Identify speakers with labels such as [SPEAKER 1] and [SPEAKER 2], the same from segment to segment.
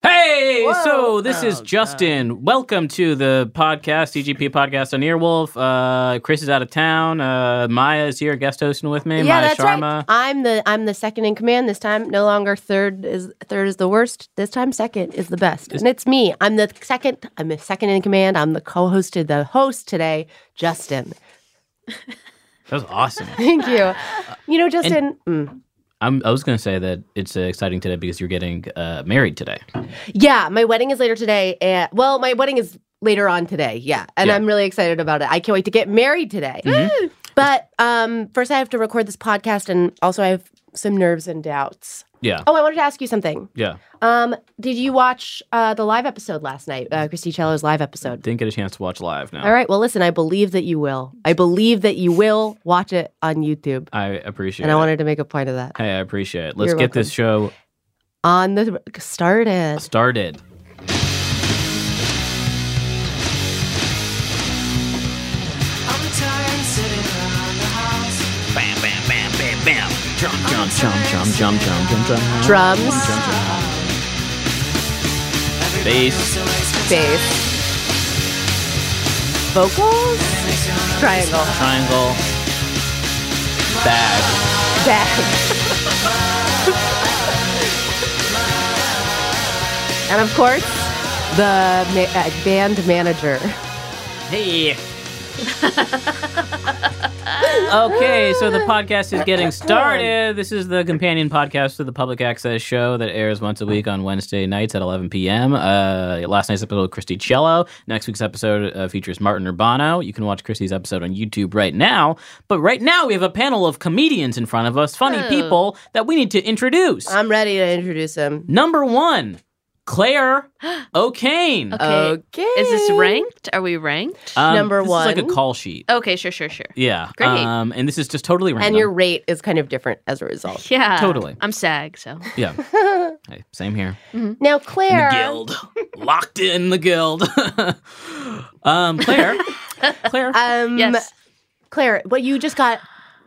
[SPEAKER 1] Hey, so this is Justin. Welcome to the podcast, CGP Podcast on Earwolf. Uh, Chris is out of town. Uh, Maya is here, guest hosting with me.
[SPEAKER 2] yeah,
[SPEAKER 1] Maya
[SPEAKER 2] that's
[SPEAKER 1] Sharma.
[SPEAKER 2] right. I'm the I'm the second in command this time. No longer third is third is the worst. This time second is the best, and it's me. I'm the second. I'm the second in command. I'm the co-hosted, the host today, Justin.
[SPEAKER 1] That was awesome.
[SPEAKER 2] Thank you. You know, Justin. mm.
[SPEAKER 1] I'm, I was going to say that it's uh, exciting today because you're getting uh, married today.
[SPEAKER 2] Yeah, my wedding is later today. And, well, my wedding is later on today. Yeah, and
[SPEAKER 1] Yeah. Mm-hmm.
[SPEAKER 2] I'm really excited about it. I can't wait to get married today. But um, first, I have to record this podcast, and also I have some nerves and doubts.
[SPEAKER 1] Yeah.
[SPEAKER 2] Oh, I wanted to ask you something.
[SPEAKER 1] Yeah.
[SPEAKER 2] Um, did you watch uh, the live episode last night, uh, Christy Cello's live episode?
[SPEAKER 1] Didn't get a chance to watch live now.
[SPEAKER 2] All right. Well, listen, I believe that you will. I believe that you will watch it on YouTube,
[SPEAKER 1] I appreciate
[SPEAKER 2] and
[SPEAKER 1] it.
[SPEAKER 2] I wanted to make a point of that.
[SPEAKER 1] hey, I appreciate it. Let's
[SPEAKER 2] You're
[SPEAKER 1] get this show
[SPEAKER 2] On the started.
[SPEAKER 1] started. Bam, bam, bam, bam, bam. Jump, jump, jump, jump, jump, jump, jump, jump.
[SPEAKER 2] Drums,
[SPEAKER 1] Bass.
[SPEAKER 2] bass, vocals, triangle,
[SPEAKER 1] triangle bag.
[SPEAKER 2] bag, and of course the ma- uh, band manager.
[SPEAKER 1] Hey. okay, so the podcast is getting started. This is the companion podcast to the Public Access Show that airs once a week on Wednesday nights at 11 p.m. Uh, last night's episode with Christy Cello. Next week's episode uh, features Martin Urbano. You can watch Christy's episode on YouTube right now. But right now, we have a panel of comedians in front of us, funny people that we need to introduce.
[SPEAKER 2] Oh. I'm ready to introduce him.
[SPEAKER 1] Number one, Claire O'Kane.
[SPEAKER 3] Okay.
[SPEAKER 2] Okay.
[SPEAKER 3] Is this ranked? Are we ranked?
[SPEAKER 1] Um,
[SPEAKER 2] Number
[SPEAKER 1] this is like
[SPEAKER 2] one.
[SPEAKER 1] a call sheet.
[SPEAKER 3] Okay, sure, sure, sure.
[SPEAKER 1] Yeah.
[SPEAKER 3] Great.
[SPEAKER 1] Um, and this is just totally random.
[SPEAKER 2] and your rate is kind of different as a result.
[SPEAKER 3] Yeah.
[SPEAKER 1] Totally.
[SPEAKER 3] I'm SAG, so.
[SPEAKER 1] yeah. Hey, same here.
[SPEAKER 2] Now,
[SPEAKER 1] In the
[SPEAKER 2] Claire,
[SPEAKER 1] guild, locked in the guild. um, Claire, Claire,
[SPEAKER 2] um,
[SPEAKER 3] Yes.
[SPEAKER 2] Claire, well, you just got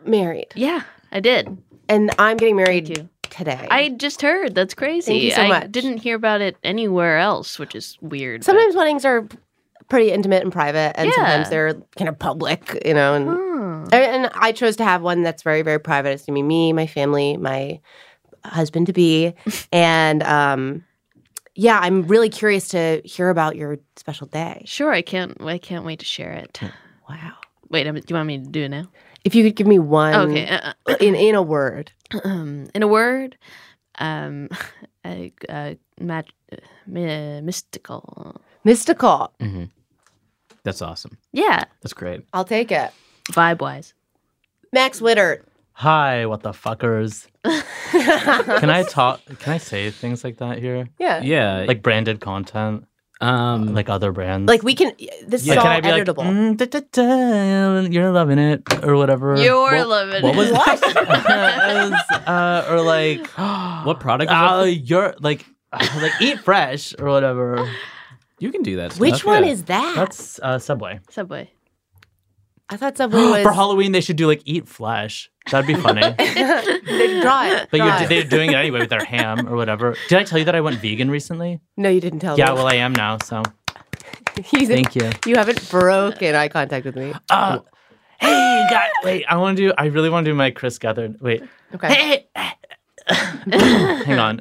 [SPEAKER 2] married,
[SPEAKER 3] yeah, I did.
[SPEAKER 2] and I'm getting
[SPEAKER 3] Thank
[SPEAKER 2] married
[SPEAKER 3] you.
[SPEAKER 2] today.
[SPEAKER 3] I just heard. That's crazy.
[SPEAKER 2] Thank you so
[SPEAKER 3] I
[SPEAKER 2] much.
[SPEAKER 3] didn't hear about it anywhere else, which is weird. but-
[SPEAKER 2] sometimes weddings are pretty intimate and private, and
[SPEAKER 3] Yeah.
[SPEAKER 2] sometimes they're kind of public, you know. And
[SPEAKER 3] Hmm.
[SPEAKER 2] and I chose to have one that's very, very private. It's gonna be me, my family, my husband to be, and um, yeah, I'm really curious to hear about your special day.
[SPEAKER 3] Sure, I can't. I can't wait to share it.
[SPEAKER 2] Wow.
[SPEAKER 3] Wait, I'm, do you want me to do it now?
[SPEAKER 2] If you could give me one,
[SPEAKER 3] okay. Uh,
[SPEAKER 2] in in a word.
[SPEAKER 3] um, in a word, um, uh, uh, mag- uh, mi- mystical.
[SPEAKER 2] Mystical.
[SPEAKER 1] that's awesome.
[SPEAKER 3] Yeah,
[SPEAKER 1] That's great.
[SPEAKER 2] I'll take it.
[SPEAKER 3] vibe wise.
[SPEAKER 2] Max Witter.
[SPEAKER 4] Hi, what the fuckers. Can I talk? Can I say things like that here?
[SPEAKER 2] Yeah.
[SPEAKER 1] Yeah.
[SPEAKER 4] Like branded content,
[SPEAKER 1] um,
[SPEAKER 4] like other brands.
[SPEAKER 2] Like we can. This
[SPEAKER 4] Like,
[SPEAKER 2] is all
[SPEAKER 4] can I be
[SPEAKER 2] editable.
[SPEAKER 4] like, "Mm, da, da, da, you're loving it or whatever.
[SPEAKER 3] You're
[SPEAKER 4] What-
[SPEAKER 3] loving
[SPEAKER 4] What
[SPEAKER 3] it.
[SPEAKER 4] was that? It was, uh, or like,
[SPEAKER 1] what product? is
[SPEAKER 4] uh,
[SPEAKER 1] that?
[SPEAKER 4] you're like, like eat fresh or whatever.
[SPEAKER 1] you can do that.
[SPEAKER 2] Which
[SPEAKER 1] stuff,
[SPEAKER 2] one
[SPEAKER 1] yeah.
[SPEAKER 2] is that?
[SPEAKER 4] That's uh, Subway.
[SPEAKER 3] Subway.
[SPEAKER 2] I thought Subway was. Oh
[SPEAKER 4] For Halloween, they should do like eat flesh. That'd be funny.
[SPEAKER 2] They draw it.
[SPEAKER 4] But
[SPEAKER 2] draw
[SPEAKER 4] you're,
[SPEAKER 2] it.
[SPEAKER 4] they're doing it anyway with their ham or whatever. Did I tell you that I went vegan recently?
[SPEAKER 2] no, you didn't tell
[SPEAKER 4] Yeah,
[SPEAKER 2] me.
[SPEAKER 4] well, I am now. So
[SPEAKER 2] you,
[SPEAKER 4] thank you.
[SPEAKER 2] you haven't broken eye contact with me.
[SPEAKER 4] Uh, hey, guys, wait, I want to do, I really want to do my Chris Gethard. Wait.
[SPEAKER 2] Okay.
[SPEAKER 5] Hang on.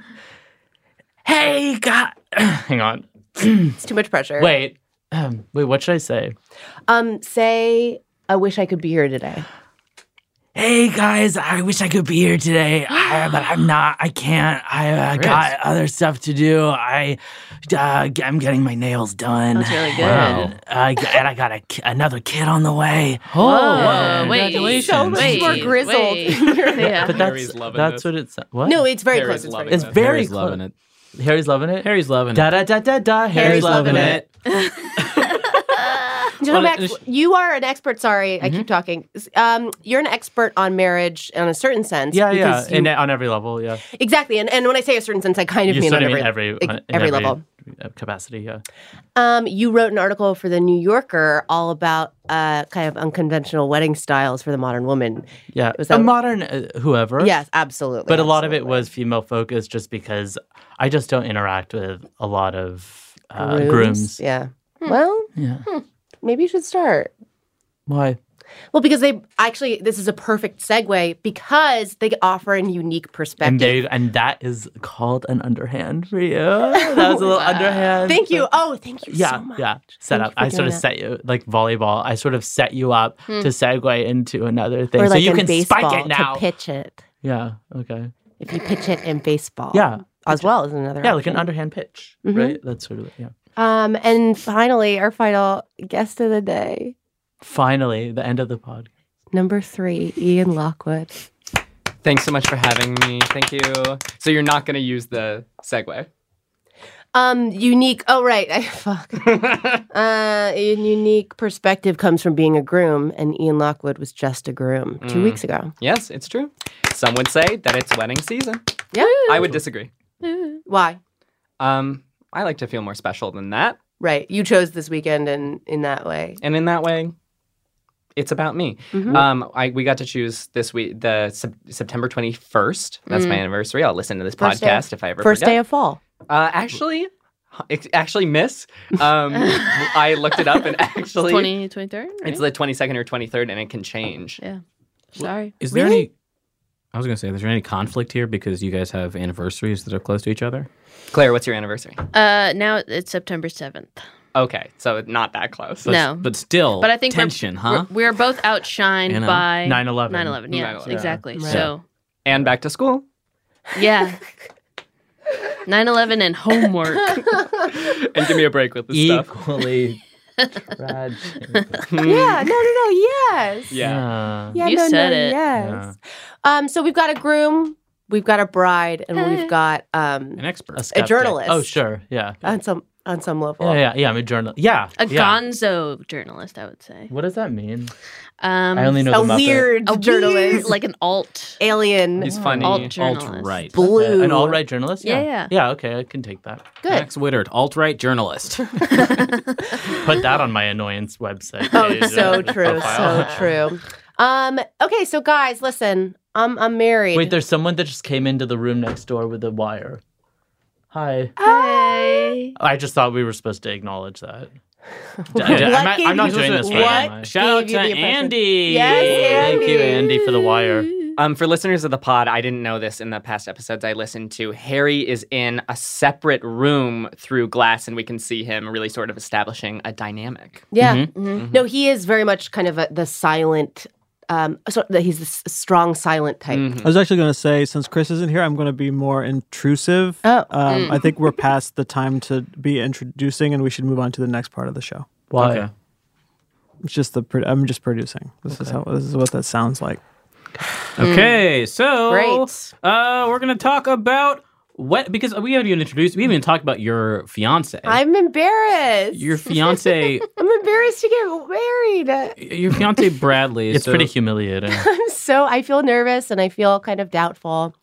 [SPEAKER 5] Hey, God. Hang on.
[SPEAKER 2] It's too much pressure.
[SPEAKER 5] Wait. Um, wait, what should I say?
[SPEAKER 2] Um, say, I wish I could be here today.
[SPEAKER 5] Hey guys, I wish I could be here today, I, but I'm not. I can't. I uh, got other stuff to do. I, uh, g- I'm getting my nails done.
[SPEAKER 3] That's really good.
[SPEAKER 5] And, uh, g- and I got a, ki- another kid on the way. Oh,
[SPEAKER 3] Whoa,
[SPEAKER 5] And-
[SPEAKER 3] wait,
[SPEAKER 1] congratulations.
[SPEAKER 3] So much
[SPEAKER 2] Wait,
[SPEAKER 3] more
[SPEAKER 2] wait.
[SPEAKER 3] grizzled. yeah.
[SPEAKER 5] But
[SPEAKER 6] Harry's
[SPEAKER 5] that's
[SPEAKER 6] loving
[SPEAKER 5] that's
[SPEAKER 6] this.
[SPEAKER 5] what it's. What?
[SPEAKER 2] No, it's very
[SPEAKER 6] Harry's
[SPEAKER 2] close. It's very close.
[SPEAKER 6] loving
[SPEAKER 5] it's very
[SPEAKER 1] Harry's
[SPEAKER 5] close.
[SPEAKER 1] loving it.
[SPEAKER 5] Harry's loving it.
[SPEAKER 1] Harry's loving
[SPEAKER 5] Da
[SPEAKER 1] it.
[SPEAKER 5] da da da da. Harry's,
[SPEAKER 2] loving
[SPEAKER 5] loving
[SPEAKER 2] it.
[SPEAKER 5] it.
[SPEAKER 2] You know,
[SPEAKER 1] Well,
[SPEAKER 2] Max,
[SPEAKER 1] it's-
[SPEAKER 2] you are an expert. Sorry, I
[SPEAKER 5] Mm-hmm.
[SPEAKER 2] keep talking. S- Um, you're an expert on marriage in a certain sense.
[SPEAKER 5] Yeah, yeah.
[SPEAKER 2] because you-
[SPEAKER 5] In, on every level, yeah.
[SPEAKER 2] exactly. And, and when I say a certain sense, I kind of
[SPEAKER 5] You
[SPEAKER 2] mean
[SPEAKER 5] sort
[SPEAKER 2] on
[SPEAKER 5] of mean
[SPEAKER 2] every,
[SPEAKER 5] every
[SPEAKER 2] like,
[SPEAKER 5] on- in
[SPEAKER 2] every level.
[SPEAKER 5] uh, capacity, yeah.
[SPEAKER 2] Um, you wrote an article for the New Yorker all about uh, kind of unconventional wedding styles for the modern woman.
[SPEAKER 5] Yeah.
[SPEAKER 2] Was
[SPEAKER 5] a
[SPEAKER 2] that-
[SPEAKER 5] modern uh, whoever.
[SPEAKER 2] Yes, absolutely.
[SPEAKER 5] But a lot of it
[SPEAKER 2] absolutely.
[SPEAKER 5] was female focused just because I just don't interact with a lot of uh,
[SPEAKER 2] Grooms,
[SPEAKER 5] grooms.
[SPEAKER 2] Yeah. Well, hmm,
[SPEAKER 5] Yeah.
[SPEAKER 2] maybe you should start.
[SPEAKER 5] Why?
[SPEAKER 2] Well, because they actually, this is a perfect segue because they offer a unique perspective.
[SPEAKER 5] And they and that is called an underhand for you. That was a little underhand.
[SPEAKER 2] thank you. Oh, thank you
[SPEAKER 5] Yeah,
[SPEAKER 2] so much.
[SPEAKER 5] yeah. Set
[SPEAKER 2] Thank
[SPEAKER 5] up.
[SPEAKER 2] you for
[SPEAKER 5] I sort
[SPEAKER 2] doing
[SPEAKER 5] of
[SPEAKER 2] that.
[SPEAKER 5] set
[SPEAKER 2] Hmm.
[SPEAKER 5] you like volleyball. I sort of set you up to segue into another thing,
[SPEAKER 2] Or
[SPEAKER 5] so
[SPEAKER 2] like
[SPEAKER 5] you
[SPEAKER 2] in
[SPEAKER 5] can
[SPEAKER 2] baseball,
[SPEAKER 5] spike it now.
[SPEAKER 2] to pitch it.
[SPEAKER 5] Yeah. Okay.
[SPEAKER 2] If you pitch it in baseball,
[SPEAKER 5] Yeah.
[SPEAKER 2] as well as another.
[SPEAKER 5] Yeah, like an
[SPEAKER 2] option.
[SPEAKER 5] underhand pitch,
[SPEAKER 2] Mhm.
[SPEAKER 5] right? That's sort of yeah.
[SPEAKER 2] Um, and finally, our final guest of the day,
[SPEAKER 5] Finally, the end of the pod.
[SPEAKER 2] number three, Ian Lockwood.
[SPEAKER 6] Thanks so much for having me. Thank you. So you're not going to use the segue.
[SPEAKER 2] Um, unique. Oh, right. I fuck. uh, a unique perspective comes from being a groom, and Ian Lockwood was just a groom
[SPEAKER 6] Mm.
[SPEAKER 2] two weeks ago.
[SPEAKER 6] Yes, it's true. Some would say that it's wedding season.
[SPEAKER 2] Yeah.
[SPEAKER 6] I would disagree.
[SPEAKER 2] Why?
[SPEAKER 6] Um, I like to feel more special than that.
[SPEAKER 2] Right. You chose this weekend, and in that way,
[SPEAKER 6] and in that way it's about me
[SPEAKER 2] Mm-hmm.
[SPEAKER 6] um I, we got to choose this week the sep- september 21st that's my anniversary i'll listen to this
[SPEAKER 2] Mm. First day
[SPEAKER 6] podcast
[SPEAKER 2] of-
[SPEAKER 6] if i ever
[SPEAKER 2] first day
[SPEAKER 6] forget
[SPEAKER 2] of fall.
[SPEAKER 6] uh actually ex- actually miss um i looked it up and actually
[SPEAKER 3] 20, 23rd?
[SPEAKER 6] it's the 22nd or 23rd and it can change
[SPEAKER 3] yeah. Sorry.
[SPEAKER 1] Is there
[SPEAKER 2] Really?
[SPEAKER 1] any? I was gonna say, is there any conflict here because you guys have anniversaries that are close to each other?
[SPEAKER 6] claire what's your anniversary
[SPEAKER 3] Uh, now it's September 7th.
[SPEAKER 6] okay so not that close
[SPEAKER 1] But,
[SPEAKER 3] No.
[SPEAKER 1] but still,
[SPEAKER 3] But I think we're-
[SPEAKER 1] tension,
[SPEAKER 3] we're,
[SPEAKER 1] huh?
[SPEAKER 3] We're, both outshined
[SPEAKER 1] You know,
[SPEAKER 3] by
[SPEAKER 5] 9/11.
[SPEAKER 3] 9/11. Yeah,
[SPEAKER 6] 9/11.
[SPEAKER 3] exactly.
[SPEAKER 2] Right.
[SPEAKER 3] So,
[SPEAKER 6] and back to school
[SPEAKER 3] yeah. 9/11 and homework.
[SPEAKER 6] and give me a break with this stuff
[SPEAKER 5] Equally tragic.
[SPEAKER 2] Yeah. No. No. No. Yes.
[SPEAKER 6] yeah
[SPEAKER 1] uh,
[SPEAKER 5] Yeah.
[SPEAKER 2] Yeah,
[SPEAKER 3] You
[SPEAKER 2] no,
[SPEAKER 3] said
[SPEAKER 2] no,
[SPEAKER 3] it.
[SPEAKER 2] Yes. Um, so we've got a groom, we've got a bride, and we've got
[SPEAKER 1] An
[SPEAKER 2] um
[SPEAKER 1] expert.
[SPEAKER 5] skeptic.
[SPEAKER 2] journalist.
[SPEAKER 5] Oh, sure. Yeah. Yeah,
[SPEAKER 2] on some on some level.
[SPEAKER 5] yeah, yeah. I'm a journalist. Yeah.
[SPEAKER 3] A
[SPEAKER 5] yeah.
[SPEAKER 3] gonzo journalist, I would say.
[SPEAKER 5] What does that mean?
[SPEAKER 3] Um,
[SPEAKER 5] I only know
[SPEAKER 2] A
[SPEAKER 5] the Muppet.
[SPEAKER 2] weird
[SPEAKER 3] a
[SPEAKER 2] journalist,
[SPEAKER 3] weird, like an alt,
[SPEAKER 2] alien.
[SPEAKER 6] he's funny
[SPEAKER 3] alt
[SPEAKER 1] Alt
[SPEAKER 3] journalist.
[SPEAKER 1] right.
[SPEAKER 2] blue.
[SPEAKER 5] Uh, an all right journalist?
[SPEAKER 3] Yeah, yeah.
[SPEAKER 5] yeah. Yeah, okay. I can take that.
[SPEAKER 2] Good.
[SPEAKER 1] Max Wittert, alt right journalist.
[SPEAKER 5] Put that on my annoyance website.
[SPEAKER 2] Oh,
[SPEAKER 5] page,
[SPEAKER 2] so
[SPEAKER 5] uh,
[SPEAKER 2] true, so
[SPEAKER 5] profile.
[SPEAKER 2] true. Um, okay, so guys, listen, I'm I'm married.
[SPEAKER 5] Wait, there's someone that just came into the room next door with a wire. Hi.
[SPEAKER 3] Hey.
[SPEAKER 5] I just thought we were supposed to acknowledge that. D-
[SPEAKER 2] What
[SPEAKER 5] d- I'm, not-
[SPEAKER 2] gave
[SPEAKER 5] I'm not
[SPEAKER 2] you-
[SPEAKER 5] doing this right.
[SPEAKER 2] what?
[SPEAKER 5] am I?
[SPEAKER 1] Shout out
[SPEAKER 2] Gave you
[SPEAKER 1] to
[SPEAKER 2] the impression.
[SPEAKER 1] Andy.
[SPEAKER 2] Yes,
[SPEAKER 5] Thank you,
[SPEAKER 2] Andy.
[SPEAKER 5] Andy, for the wire.
[SPEAKER 6] Um, for listeners of the pod, I didn't know this in the past episodes I listened to. Harry is in a separate room through glass, and we can see him really sort of establishing a dynamic.
[SPEAKER 2] Yeah. Mm-hmm.
[SPEAKER 3] Mhm.
[SPEAKER 2] No, he is very much kind of a, the silent. Um, so that he's this strong silent type.
[SPEAKER 6] Mhm.
[SPEAKER 1] Mm-hmm.
[SPEAKER 7] I was actually going to say, since Chris isn't here, I'm going to be more intrusive.
[SPEAKER 2] Oh.
[SPEAKER 7] Um, I think we're past the time to be introducing, and we should move on to the next part of the show.
[SPEAKER 5] Why?
[SPEAKER 1] Okay.
[SPEAKER 7] It's just the pro- I'm just producing. This is how this is what that sounds like.
[SPEAKER 1] Okay,
[SPEAKER 2] Mm.
[SPEAKER 1] so
[SPEAKER 2] Great.
[SPEAKER 1] Uh, we're gonna talk about what because we haven't even introduced. We haven't even talked about your fiance.
[SPEAKER 2] I'm embarrassed.
[SPEAKER 1] your fiance,
[SPEAKER 2] I'm embarrassed to get married.
[SPEAKER 1] your fiance Bradley.
[SPEAKER 5] It's
[SPEAKER 1] so-
[SPEAKER 5] pretty humiliating.
[SPEAKER 2] I'm so I feel nervous and I feel kind of doubtful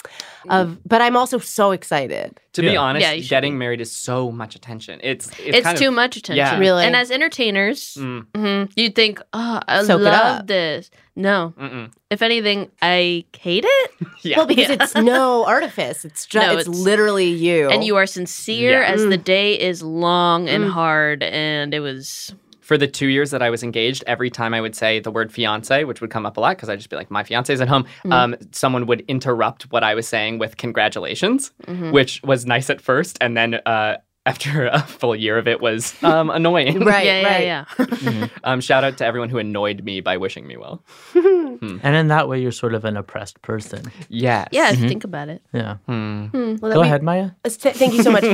[SPEAKER 2] of but I'm also so excited.
[SPEAKER 6] To be
[SPEAKER 1] Yeah.
[SPEAKER 6] honest,
[SPEAKER 3] Yeah, you should
[SPEAKER 6] getting
[SPEAKER 3] be.
[SPEAKER 6] married is so much attention. It's it's,
[SPEAKER 3] It's,
[SPEAKER 6] kind of-
[SPEAKER 3] too much attention.
[SPEAKER 6] yeah.
[SPEAKER 2] Really?
[SPEAKER 3] And as entertainers,
[SPEAKER 6] Mm,
[SPEAKER 3] mhm, you'd think, oh, I
[SPEAKER 2] Soak it
[SPEAKER 3] love
[SPEAKER 2] up.
[SPEAKER 3] this. No.
[SPEAKER 6] mm-mm.
[SPEAKER 3] If anything, I hate it.
[SPEAKER 6] Yeah.
[SPEAKER 2] Well, because
[SPEAKER 3] Yeah.
[SPEAKER 2] it's no artifice. It's just
[SPEAKER 3] No,
[SPEAKER 2] it's,
[SPEAKER 3] it's-
[SPEAKER 2] literally you.
[SPEAKER 3] And you are sincere
[SPEAKER 6] Yeah.
[SPEAKER 3] as
[SPEAKER 2] Mm.
[SPEAKER 3] the day is long and
[SPEAKER 2] Mm.
[SPEAKER 3] hard. And it was
[SPEAKER 6] for the two years that I was engaged, every time I would say the word fiance, which would come up a lot because I'd just be like, my fiance's at home, um, someone would interrupt what I was saying with congratulations,
[SPEAKER 3] Mm-hmm.
[SPEAKER 6] which was nice at first. And then uh, after a full year of it was um, annoying.
[SPEAKER 2] Right,
[SPEAKER 3] yeah, yeah,
[SPEAKER 2] right.
[SPEAKER 3] yeah.
[SPEAKER 6] Um, shout out to everyone who annoyed me by wishing me well.
[SPEAKER 4] And in that way, you're sort of an oppressed person.
[SPEAKER 6] Yes.
[SPEAKER 3] Yeah,
[SPEAKER 1] Mm-hmm.
[SPEAKER 5] Mm-hmm.
[SPEAKER 3] if you think about it.
[SPEAKER 4] Yeah.
[SPEAKER 2] Hmm. Well,
[SPEAKER 4] Go
[SPEAKER 2] we-
[SPEAKER 4] ahead, Maya.
[SPEAKER 2] Uh, st- Thank you so much.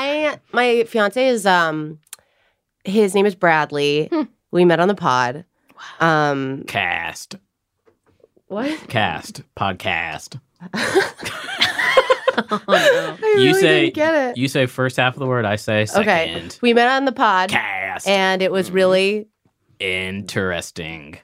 [SPEAKER 2] I my fiance is um his name is Bradley.
[SPEAKER 3] Hmm.
[SPEAKER 2] We met on the pod. Um
[SPEAKER 1] Cast.
[SPEAKER 3] What?
[SPEAKER 1] Cast. Podcast.
[SPEAKER 3] Oh, no.
[SPEAKER 2] I
[SPEAKER 1] you
[SPEAKER 2] really
[SPEAKER 1] say
[SPEAKER 2] didn't get it.
[SPEAKER 1] you say first half of the word, I say second.
[SPEAKER 2] okay. We met on the pod
[SPEAKER 1] Cast. Mm-hmm.
[SPEAKER 2] and it was really
[SPEAKER 1] Interesting.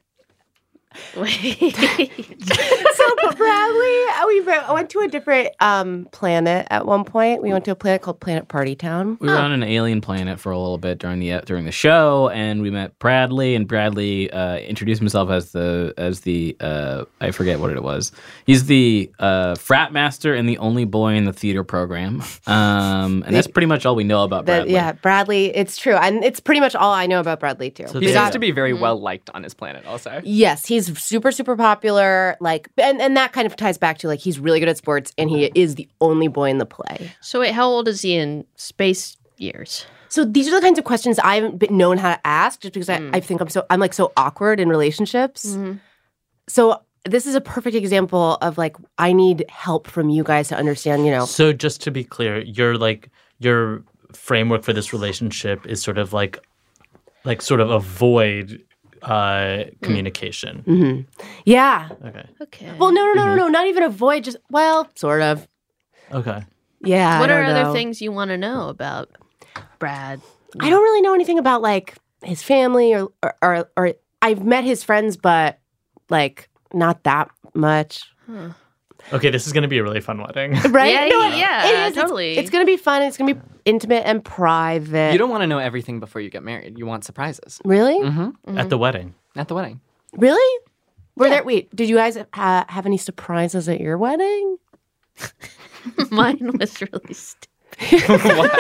[SPEAKER 3] Wait.
[SPEAKER 2] so but Bradley uh, we re- went to a different um planet at one point. We went to a planet called Planet Party Town.
[SPEAKER 1] We were on an alien planet for a little bit during the during the show, and we met Bradley. And Bradley uh, introduced himself as the as the uh, I forget what it was. He's the uh, frat master and the only boy in the theater program. Um, and that's pretty much all we know about
[SPEAKER 2] That,
[SPEAKER 1] Bradley.
[SPEAKER 2] yeah, Bradley, it's true. And it's pretty much all I know about Bradley too.
[SPEAKER 4] So
[SPEAKER 6] He
[SPEAKER 4] Yeah.
[SPEAKER 6] seems to be very
[SPEAKER 3] Mm-hmm.
[SPEAKER 6] well liked on his planet, also.
[SPEAKER 2] Yes, he's super, super popular. Like, and, and that kind of ties back to like he's really good at sports, and he is the only boy in the play.
[SPEAKER 3] so wait, how old is he in space years?
[SPEAKER 2] So these are the kinds of questions I haven't been known how to ask, just because
[SPEAKER 3] Mm.
[SPEAKER 2] I, I think I'm so I'm like so awkward in relationships.
[SPEAKER 3] Mm-hmm.
[SPEAKER 2] So this is a perfect example of like I need help from you guys to understand. You know,
[SPEAKER 4] So just to be clear, your like your framework for this relationship is sort of like like sort of avoid
[SPEAKER 2] Hmm.
[SPEAKER 4] uh communication.
[SPEAKER 2] Mm-hmm. yeah.
[SPEAKER 4] Okay. Mm-hmm.
[SPEAKER 3] Okay.
[SPEAKER 2] Well, no, no, no, no, no, not even avoid. Just well, sort of.
[SPEAKER 4] Okay.
[SPEAKER 2] Yeah. I
[SPEAKER 3] what are
[SPEAKER 2] don't
[SPEAKER 3] other
[SPEAKER 2] know.
[SPEAKER 3] things you want to know about Brad?
[SPEAKER 2] I don't really know anything about like his family or or or, or I've met his friends, but like not that much.
[SPEAKER 4] Okay, this is going to be a really fun wedding.
[SPEAKER 2] Right?
[SPEAKER 3] Hmm. Yeah,
[SPEAKER 2] No, it-
[SPEAKER 3] yeah,
[SPEAKER 2] it is. It's-
[SPEAKER 3] totally.
[SPEAKER 2] It's, gonna be fun. It's gonna be intimate and private.
[SPEAKER 6] You don't want to know everything before you get married. You want surprises Mm-hmm.
[SPEAKER 2] really,
[SPEAKER 3] Mm-hmm.
[SPEAKER 4] At the wedding.
[SPEAKER 6] at the wedding.
[SPEAKER 2] really. Were there? Wait, did you guys ha- have any surprises at your wedding?
[SPEAKER 3] Mine was really stupid.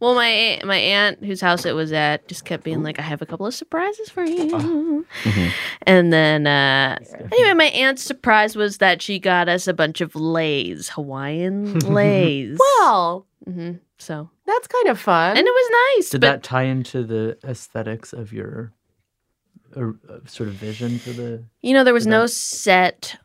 [SPEAKER 3] well, my my aunt, whose house it was at, just kept being like, "I have a couple of surprises for you,"
[SPEAKER 2] Uh-huh.
[SPEAKER 3] and then uh, anyway, my aunt's surprise was that she got us a bunch of lays, Hawaiian lays.
[SPEAKER 2] Well,
[SPEAKER 3] hmm so
[SPEAKER 2] that's kind of fun.
[SPEAKER 3] and it was nice,
[SPEAKER 4] Did
[SPEAKER 3] but
[SPEAKER 4] that tie into the aesthetics of your uh, uh, sort of vision for the
[SPEAKER 3] you know, there was no set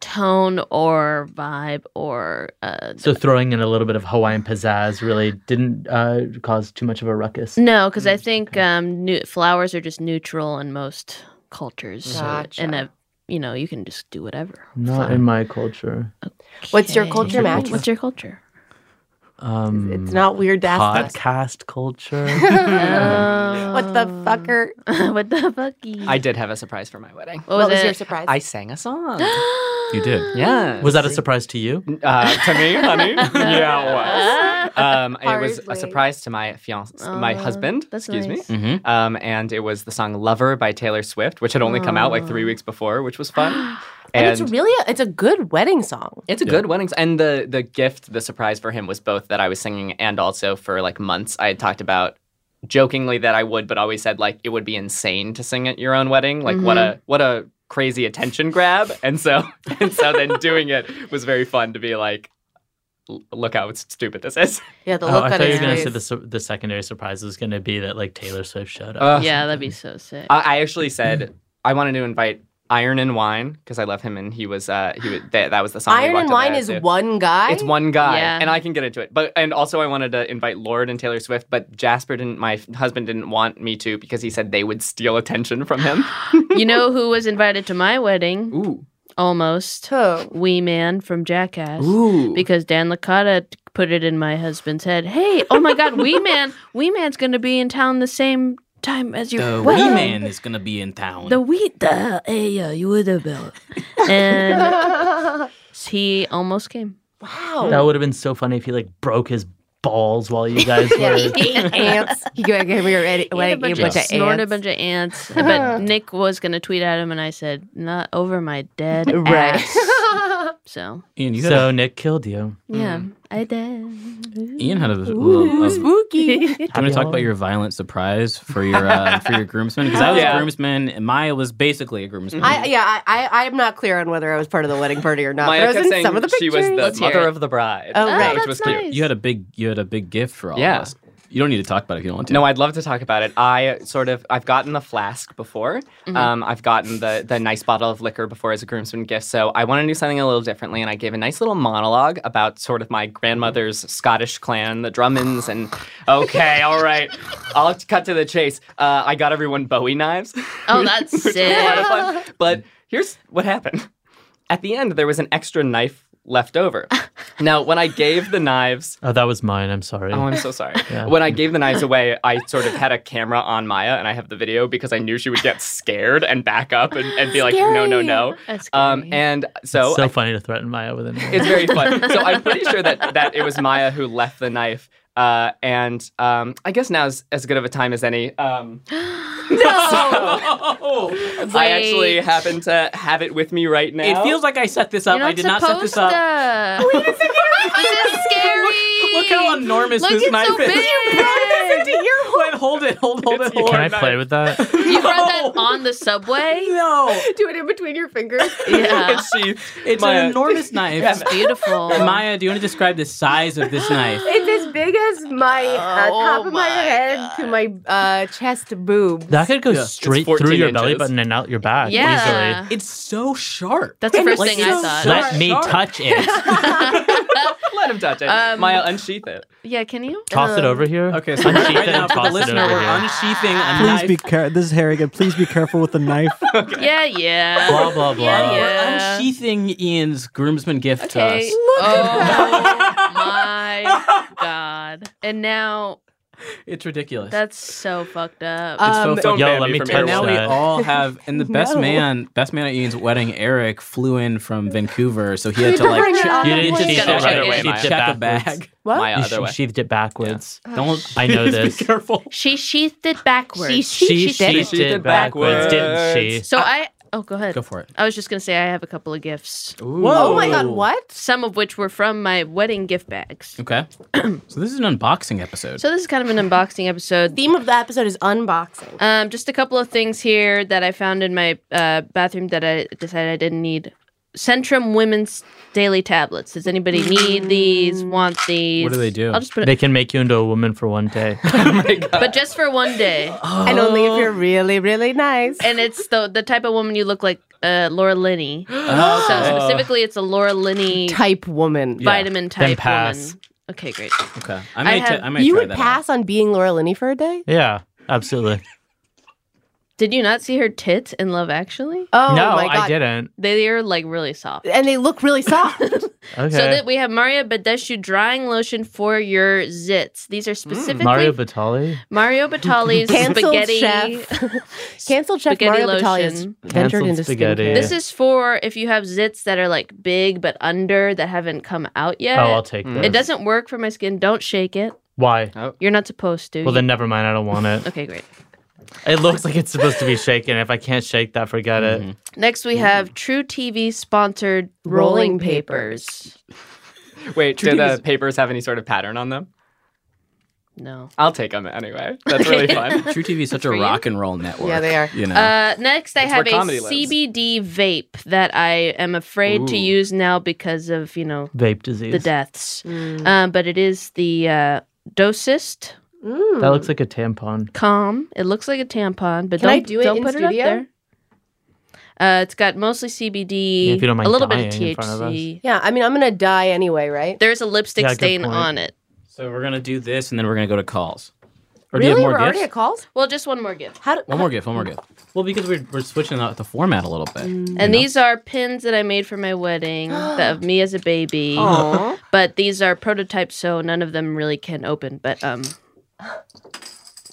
[SPEAKER 3] tone or vibe or uh,
[SPEAKER 4] So throwing in a little bit of Hawaiian pizzazz really didn't uh, cause too much of a ruckus.
[SPEAKER 3] No, because
[SPEAKER 2] Mm.
[SPEAKER 3] I think um, new, flowers are just neutral in most cultures. so- And
[SPEAKER 2] Gotcha.
[SPEAKER 3] uh you know, you can just do whatever.
[SPEAKER 4] Not in my culture.
[SPEAKER 2] What's your
[SPEAKER 3] Okay.
[SPEAKER 2] culture, Max?
[SPEAKER 3] What's your culture?
[SPEAKER 4] Um,
[SPEAKER 2] it's not weird to ask that.
[SPEAKER 4] podcast culture.
[SPEAKER 2] What the fucker?
[SPEAKER 3] what the fuck?
[SPEAKER 6] I did have a surprise for my wedding.
[SPEAKER 3] what was,
[SPEAKER 2] What was
[SPEAKER 3] it? Ah,
[SPEAKER 2] your surprise?
[SPEAKER 6] I sang a song.
[SPEAKER 1] You did.
[SPEAKER 6] yeah.
[SPEAKER 4] Was that a surprise to you?
[SPEAKER 6] uh, to me, honey? yeah, it was. Um, it was a
[SPEAKER 2] Hardly. Oh,
[SPEAKER 6] surprise to my fiance, my
[SPEAKER 3] Aw,
[SPEAKER 6] husband.
[SPEAKER 3] that's
[SPEAKER 6] excuse
[SPEAKER 3] nice.
[SPEAKER 6] me.
[SPEAKER 1] Mm-hmm.
[SPEAKER 6] Um, and it was the song "Lover" by Taylor Swift, which had only come out like three weeks before, which was fun.
[SPEAKER 2] Oh. and, it's really a, it's a good wedding song.
[SPEAKER 6] It's a good wedding. s- And the the gift, the surprise for him was both that I was singing and also for like months I had talked about jokingly that I would, but always said like it would be insane to sing at your own wedding. Like what
[SPEAKER 2] Mm-hmm.
[SPEAKER 6] a what a crazy attention grab. And so and so then doing it was very fun to be like "L- look how stupid this is.
[SPEAKER 2] Yeah, the
[SPEAKER 4] Oh,
[SPEAKER 2] look
[SPEAKER 4] I
[SPEAKER 2] on
[SPEAKER 4] thought you
[SPEAKER 2] his
[SPEAKER 4] were going to
[SPEAKER 2] face.
[SPEAKER 4] say the, su- the secondary surprise was going to be that like Taylor Swift showed up.
[SPEAKER 6] Ugh.
[SPEAKER 3] Yeah, that'd be so sick.
[SPEAKER 6] I, I actually said I wanted to invite Iron and Wine because I love him and he was uh he was that, that was the song. we
[SPEAKER 2] Iron
[SPEAKER 6] walked
[SPEAKER 2] and
[SPEAKER 6] up
[SPEAKER 2] Wine
[SPEAKER 6] there
[SPEAKER 2] is
[SPEAKER 6] to.
[SPEAKER 2] one guy.
[SPEAKER 6] It's one guy,
[SPEAKER 3] Yeah.
[SPEAKER 6] and I can get into it. But and also, I wanted to invite Lord and Taylor Swift, but Jasper didn't. My f- husband didn't want me to because he said they would steal attention from him.
[SPEAKER 3] you know who was invited to my wedding?
[SPEAKER 6] Ooh,
[SPEAKER 3] Almost.
[SPEAKER 2] Who?
[SPEAKER 3] Wee Man from Jackass.
[SPEAKER 6] ooh,
[SPEAKER 3] Because Dan Licata t- put it in my husband's head. Hey, oh my God, Wee Man. Wee Man's going to be in town the same time as you.
[SPEAKER 1] The wee man is gonna be in town.
[SPEAKER 3] The wheat, the yeah, you would have been. And he almost came. Oh.
[SPEAKER 2] Wow.
[SPEAKER 4] That would have been so funny if he like broke his balls while you guys were.
[SPEAKER 2] ants. He go give me a red-
[SPEAKER 3] He had
[SPEAKER 2] wait,
[SPEAKER 3] a bunch
[SPEAKER 2] a bunch
[SPEAKER 3] of,
[SPEAKER 2] of
[SPEAKER 3] snorted a
[SPEAKER 2] ants.
[SPEAKER 3] bunch of ants. But Nick was gonna tweet at him, and I said, "Not over my dead
[SPEAKER 2] Right.
[SPEAKER 3] ass." So
[SPEAKER 1] Ian, you had
[SPEAKER 4] so Nick killed you.
[SPEAKER 3] yeah, I did.
[SPEAKER 1] Hmm. Ian had a little. um,
[SPEAKER 2] Spooky.
[SPEAKER 1] I'm going to talk about your violent surprise for your uh, for your groomsman because I was
[SPEAKER 6] Yeah.
[SPEAKER 1] a groomsman and Maya was basically a groomsman.
[SPEAKER 2] I, yeah, I, I, I'm not clear on whether I was part of the wedding party or not. but I
[SPEAKER 6] Maya
[SPEAKER 2] was
[SPEAKER 6] kept
[SPEAKER 2] in
[SPEAKER 6] saying
[SPEAKER 2] some of the
[SPEAKER 6] she was the
[SPEAKER 3] Let's hear
[SPEAKER 6] mother
[SPEAKER 3] it.
[SPEAKER 6] of the bride,
[SPEAKER 2] Oh, right.
[SPEAKER 6] which
[SPEAKER 3] that's
[SPEAKER 6] was cute.
[SPEAKER 3] nice.
[SPEAKER 1] you had a big you had a big gift for all
[SPEAKER 6] Yeah.
[SPEAKER 1] of us. You don't need to talk about it if you don't want to.
[SPEAKER 6] No, I'd love to talk about it. I sort of I've gotten the flask before. Um, I've gotten the the nice bottle of liquor before as a groomsman gift. So I want to do something a little differently, and I gave a nice little monologue about sort of my grandmother's Scottish clan, the Drummonds, and okay, all right, I'll cut to the chase. Uh, I got everyone Bowie knives.
[SPEAKER 3] Oh, that's
[SPEAKER 6] which was a lot of
[SPEAKER 3] sick.
[SPEAKER 6] fun.
[SPEAKER 5] Mm.
[SPEAKER 6] But here's what happened. At the end, there was an extra knife left over. now, when I gave the knives
[SPEAKER 5] Oh, that was mine. I'm sorry.
[SPEAKER 6] Oh, I'm so sorry. When I gave the knives away, I sort of had a camera on Maya and I have the video because I knew she would get scared and back up and, and be like, no, no, no.
[SPEAKER 3] That's
[SPEAKER 6] Um,
[SPEAKER 3] scary.
[SPEAKER 6] and so,
[SPEAKER 5] it's so
[SPEAKER 6] I-
[SPEAKER 5] funny to threaten Maya with it.
[SPEAKER 6] it's very fun. So I'm pretty sure that, that it was Maya who left the knife. Uh, and um, I guess now is as good of a time as any. Um, I actually
[SPEAKER 3] Wait.
[SPEAKER 6] happen to have it with me right now.
[SPEAKER 1] It feels like I set this up.
[SPEAKER 3] You're not
[SPEAKER 1] I did not set this
[SPEAKER 3] supposed
[SPEAKER 1] up.
[SPEAKER 3] to. this is scary.
[SPEAKER 1] Look how enormous
[SPEAKER 3] Look,
[SPEAKER 1] this
[SPEAKER 3] it's
[SPEAKER 1] knife
[SPEAKER 3] so
[SPEAKER 1] is.
[SPEAKER 3] big. You brought this into
[SPEAKER 1] Wait, hold it, hold, hold it, hold
[SPEAKER 5] Can I
[SPEAKER 1] it.
[SPEAKER 5] play with that?
[SPEAKER 3] You brought that on the subway?
[SPEAKER 1] No,
[SPEAKER 2] Do it in between your fingers.
[SPEAKER 3] Yeah.
[SPEAKER 6] Sheath.
[SPEAKER 1] it's
[SPEAKER 6] Maya.
[SPEAKER 1] an enormous knife.
[SPEAKER 6] Yeah.
[SPEAKER 3] Beautiful.
[SPEAKER 1] Maya, do you want to describe the size of this knife?
[SPEAKER 2] It's as big as my uh,
[SPEAKER 3] Oh
[SPEAKER 2] top of my,
[SPEAKER 3] my
[SPEAKER 2] head to my uh, chest boob.
[SPEAKER 5] That could go straight through
[SPEAKER 6] 14
[SPEAKER 5] your belly
[SPEAKER 6] inches.
[SPEAKER 5] button and out your back
[SPEAKER 3] yeah.
[SPEAKER 5] easily.
[SPEAKER 1] It's so sharp.
[SPEAKER 3] That's the first
[SPEAKER 1] Like,
[SPEAKER 3] thing
[SPEAKER 1] it's
[SPEAKER 3] I
[SPEAKER 1] so
[SPEAKER 3] thought.
[SPEAKER 1] sharp.
[SPEAKER 5] Let me touch it.
[SPEAKER 6] Let him touch it.
[SPEAKER 3] Um,
[SPEAKER 6] Maya, unsheath it.
[SPEAKER 3] Yeah, can you? Um, ah.
[SPEAKER 5] Toss it over here.
[SPEAKER 1] Okay, so
[SPEAKER 5] Unsheath
[SPEAKER 1] right
[SPEAKER 5] it
[SPEAKER 1] now
[SPEAKER 5] and
[SPEAKER 1] for the
[SPEAKER 5] toss it
[SPEAKER 1] listener,
[SPEAKER 5] over
[SPEAKER 1] we're
[SPEAKER 5] here.
[SPEAKER 1] unsheathing a
[SPEAKER 7] Please
[SPEAKER 1] knife.
[SPEAKER 7] be careful. This is Harry again. Please be careful with the knife.
[SPEAKER 3] Yeah, yeah.
[SPEAKER 5] Blah, blah, blah.
[SPEAKER 3] Yeah,
[SPEAKER 1] We're
[SPEAKER 3] yeah.
[SPEAKER 1] unsheathing Ian's groomsman gift
[SPEAKER 3] Okay.
[SPEAKER 1] to us.
[SPEAKER 3] oh my god. And now
[SPEAKER 1] It's ridiculous.
[SPEAKER 3] that's so fucked up.
[SPEAKER 2] Uh,
[SPEAKER 5] It's so
[SPEAKER 2] Um,
[SPEAKER 5] fu-
[SPEAKER 6] Don't
[SPEAKER 5] Yo,
[SPEAKER 6] ban
[SPEAKER 5] let
[SPEAKER 6] me
[SPEAKER 5] me
[SPEAKER 6] from
[SPEAKER 5] touch
[SPEAKER 1] and now we
[SPEAKER 5] that.
[SPEAKER 1] all have and the best
[SPEAKER 7] No.
[SPEAKER 1] man best man at Ian's wedding, Eric, flew in from Vancouver, so he had to like
[SPEAKER 2] bring it
[SPEAKER 1] che-
[SPEAKER 2] all
[SPEAKER 5] You
[SPEAKER 2] the
[SPEAKER 5] didn't
[SPEAKER 2] way
[SPEAKER 5] cheat
[SPEAKER 1] check,
[SPEAKER 5] it
[SPEAKER 3] gotta
[SPEAKER 5] right
[SPEAKER 3] check
[SPEAKER 5] away,
[SPEAKER 3] it.
[SPEAKER 1] check,
[SPEAKER 5] Maya.
[SPEAKER 1] check a
[SPEAKER 5] Backwards.
[SPEAKER 1] bag.
[SPEAKER 2] What?
[SPEAKER 6] Maya,
[SPEAKER 5] You
[SPEAKER 6] other way.
[SPEAKER 5] sheathed it backwards.
[SPEAKER 1] Don't
[SPEAKER 5] I know this.
[SPEAKER 1] be careful.
[SPEAKER 3] she sheathed it backwards.
[SPEAKER 5] She sheathed
[SPEAKER 6] Sheathed
[SPEAKER 5] it
[SPEAKER 6] it
[SPEAKER 5] backwards, didn't she?
[SPEAKER 6] backwards.
[SPEAKER 3] so I oh go ahead.
[SPEAKER 1] Go for it.
[SPEAKER 3] I was just gonna say I have a couple of gifts.
[SPEAKER 2] Oh my god, what?
[SPEAKER 3] Some of which were from my wedding gift bags.
[SPEAKER 1] Okay. so this is an unboxing episode.
[SPEAKER 3] So this is kind of an unboxing episode.
[SPEAKER 2] Theme of the episode is unboxing.
[SPEAKER 3] Um, just a couple of things here that I found in my uh, bathroom that I decided I didn't need. Centrum Women's Daily Tablets. Does anybody need
[SPEAKER 2] Mm.
[SPEAKER 3] these? Want these?
[SPEAKER 1] What do they do?
[SPEAKER 3] I'll just put
[SPEAKER 5] They
[SPEAKER 3] it,
[SPEAKER 5] can make you into a woman for one day.
[SPEAKER 3] but just for one day.
[SPEAKER 2] And only if you're really, really nice.
[SPEAKER 3] and it's the the type of woman you look like, uh, Laura Linney. So specifically, it's a Laura Linney
[SPEAKER 2] type woman.
[SPEAKER 3] vitamin type
[SPEAKER 5] pass.
[SPEAKER 3] woman. Okay, great.
[SPEAKER 1] Okay. I might.
[SPEAKER 3] have-
[SPEAKER 1] t- I might
[SPEAKER 2] You
[SPEAKER 1] try
[SPEAKER 2] would
[SPEAKER 1] that
[SPEAKER 2] pass on being Laura Linney for a day?
[SPEAKER 5] yeah, absolutely.
[SPEAKER 3] Did you not see her tits in Love Actually?
[SPEAKER 2] Oh
[SPEAKER 5] no,
[SPEAKER 2] my god.
[SPEAKER 5] I didn't.
[SPEAKER 3] They are like really soft.
[SPEAKER 2] And they look really soft.
[SPEAKER 5] Okay. Mm.
[SPEAKER 3] So that we have Mario Badescu drying lotion for your zits. These are specifically
[SPEAKER 5] Mm, Mario Batali?
[SPEAKER 3] Mario Batali's
[SPEAKER 2] Cancelled
[SPEAKER 3] spaghetti.
[SPEAKER 2] chef. Canceled chef
[SPEAKER 3] Spaghetti
[SPEAKER 2] Mario Batali has
[SPEAKER 3] lotion.
[SPEAKER 2] ventured
[SPEAKER 5] Canceled
[SPEAKER 2] into
[SPEAKER 5] spaghetti.
[SPEAKER 2] skincare.
[SPEAKER 3] This is for if you have zits that are like big but under that haven't come out yet.
[SPEAKER 5] oh, I'll take this.
[SPEAKER 3] it doesn't work for my skin. Don't shake it.
[SPEAKER 5] Why?
[SPEAKER 3] You're not supposed to.
[SPEAKER 5] Well, then never mind. I don't want it.
[SPEAKER 3] Oh. okay, great.
[SPEAKER 5] It looks like it's supposed to be shaken. If I can't shake that, forget it.
[SPEAKER 3] Next we have True TV sponsored rolling
[SPEAKER 2] Rolling
[SPEAKER 3] papers.
[SPEAKER 6] Wait, do the papers have any sort of pattern on them?
[SPEAKER 3] No.
[SPEAKER 6] I'll take them anyway. That's really fun.
[SPEAKER 1] True TV is such a
[SPEAKER 3] you?
[SPEAKER 1] rock and roll network.
[SPEAKER 2] Yeah, they are.
[SPEAKER 1] You know.
[SPEAKER 3] Uh, next, I
[SPEAKER 6] That's
[SPEAKER 3] have a
[SPEAKER 6] where comedy lives.
[SPEAKER 3] CBD vape that I am afraid to
[SPEAKER 6] Ooh.
[SPEAKER 3] use now because of you know
[SPEAKER 5] Vape disease.
[SPEAKER 3] the deaths.
[SPEAKER 2] Mm.
[SPEAKER 3] Um, but it is the uh, Dosist
[SPEAKER 2] Mm.
[SPEAKER 5] That looks like a tampon.
[SPEAKER 3] Calm. It looks like a tampon, but
[SPEAKER 2] Can
[SPEAKER 3] don't
[SPEAKER 2] I do it
[SPEAKER 3] don't
[SPEAKER 2] in
[SPEAKER 3] put
[SPEAKER 2] studio?
[SPEAKER 3] it up there. Uh, it's got mostly CBD,
[SPEAKER 5] Yeah, if you don't mind
[SPEAKER 3] a little bit of
[SPEAKER 5] dying in front of
[SPEAKER 3] THC.
[SPEAKER 2] yeah, I mean I'm gonna die anyway, right?
[SPEAKER 3] There's a lipstick
[SPEAKER 5] Yeah, good
[SPEAKER 3] stain
[SPEAKER 5] point.
[SPEAKER 3] on it.
[SPEAKER 1] so we're gonna do this, and then we're gonna go to calls. Or
[SPEAKER 2] really?
[SPEAKER 1] do you have more
[SPEAKER 2] We're
[SPEAKER 1] gifts?
[SPEAKER 2] already at calls?
[SPEAKER 3] Well, just one more gift.
[SPEAKER 2] How do,
[SPEAKER 1] One more gift. One more gift. Well, because we're, we're switching out the format a little bit.
[SPEAKER 3] And these are pins that I made for my wedding that of me as a baby.
[SPEAKER 2] Aw.
[SPEAKER 3] But these are prototypes, so none of them really can open. But um,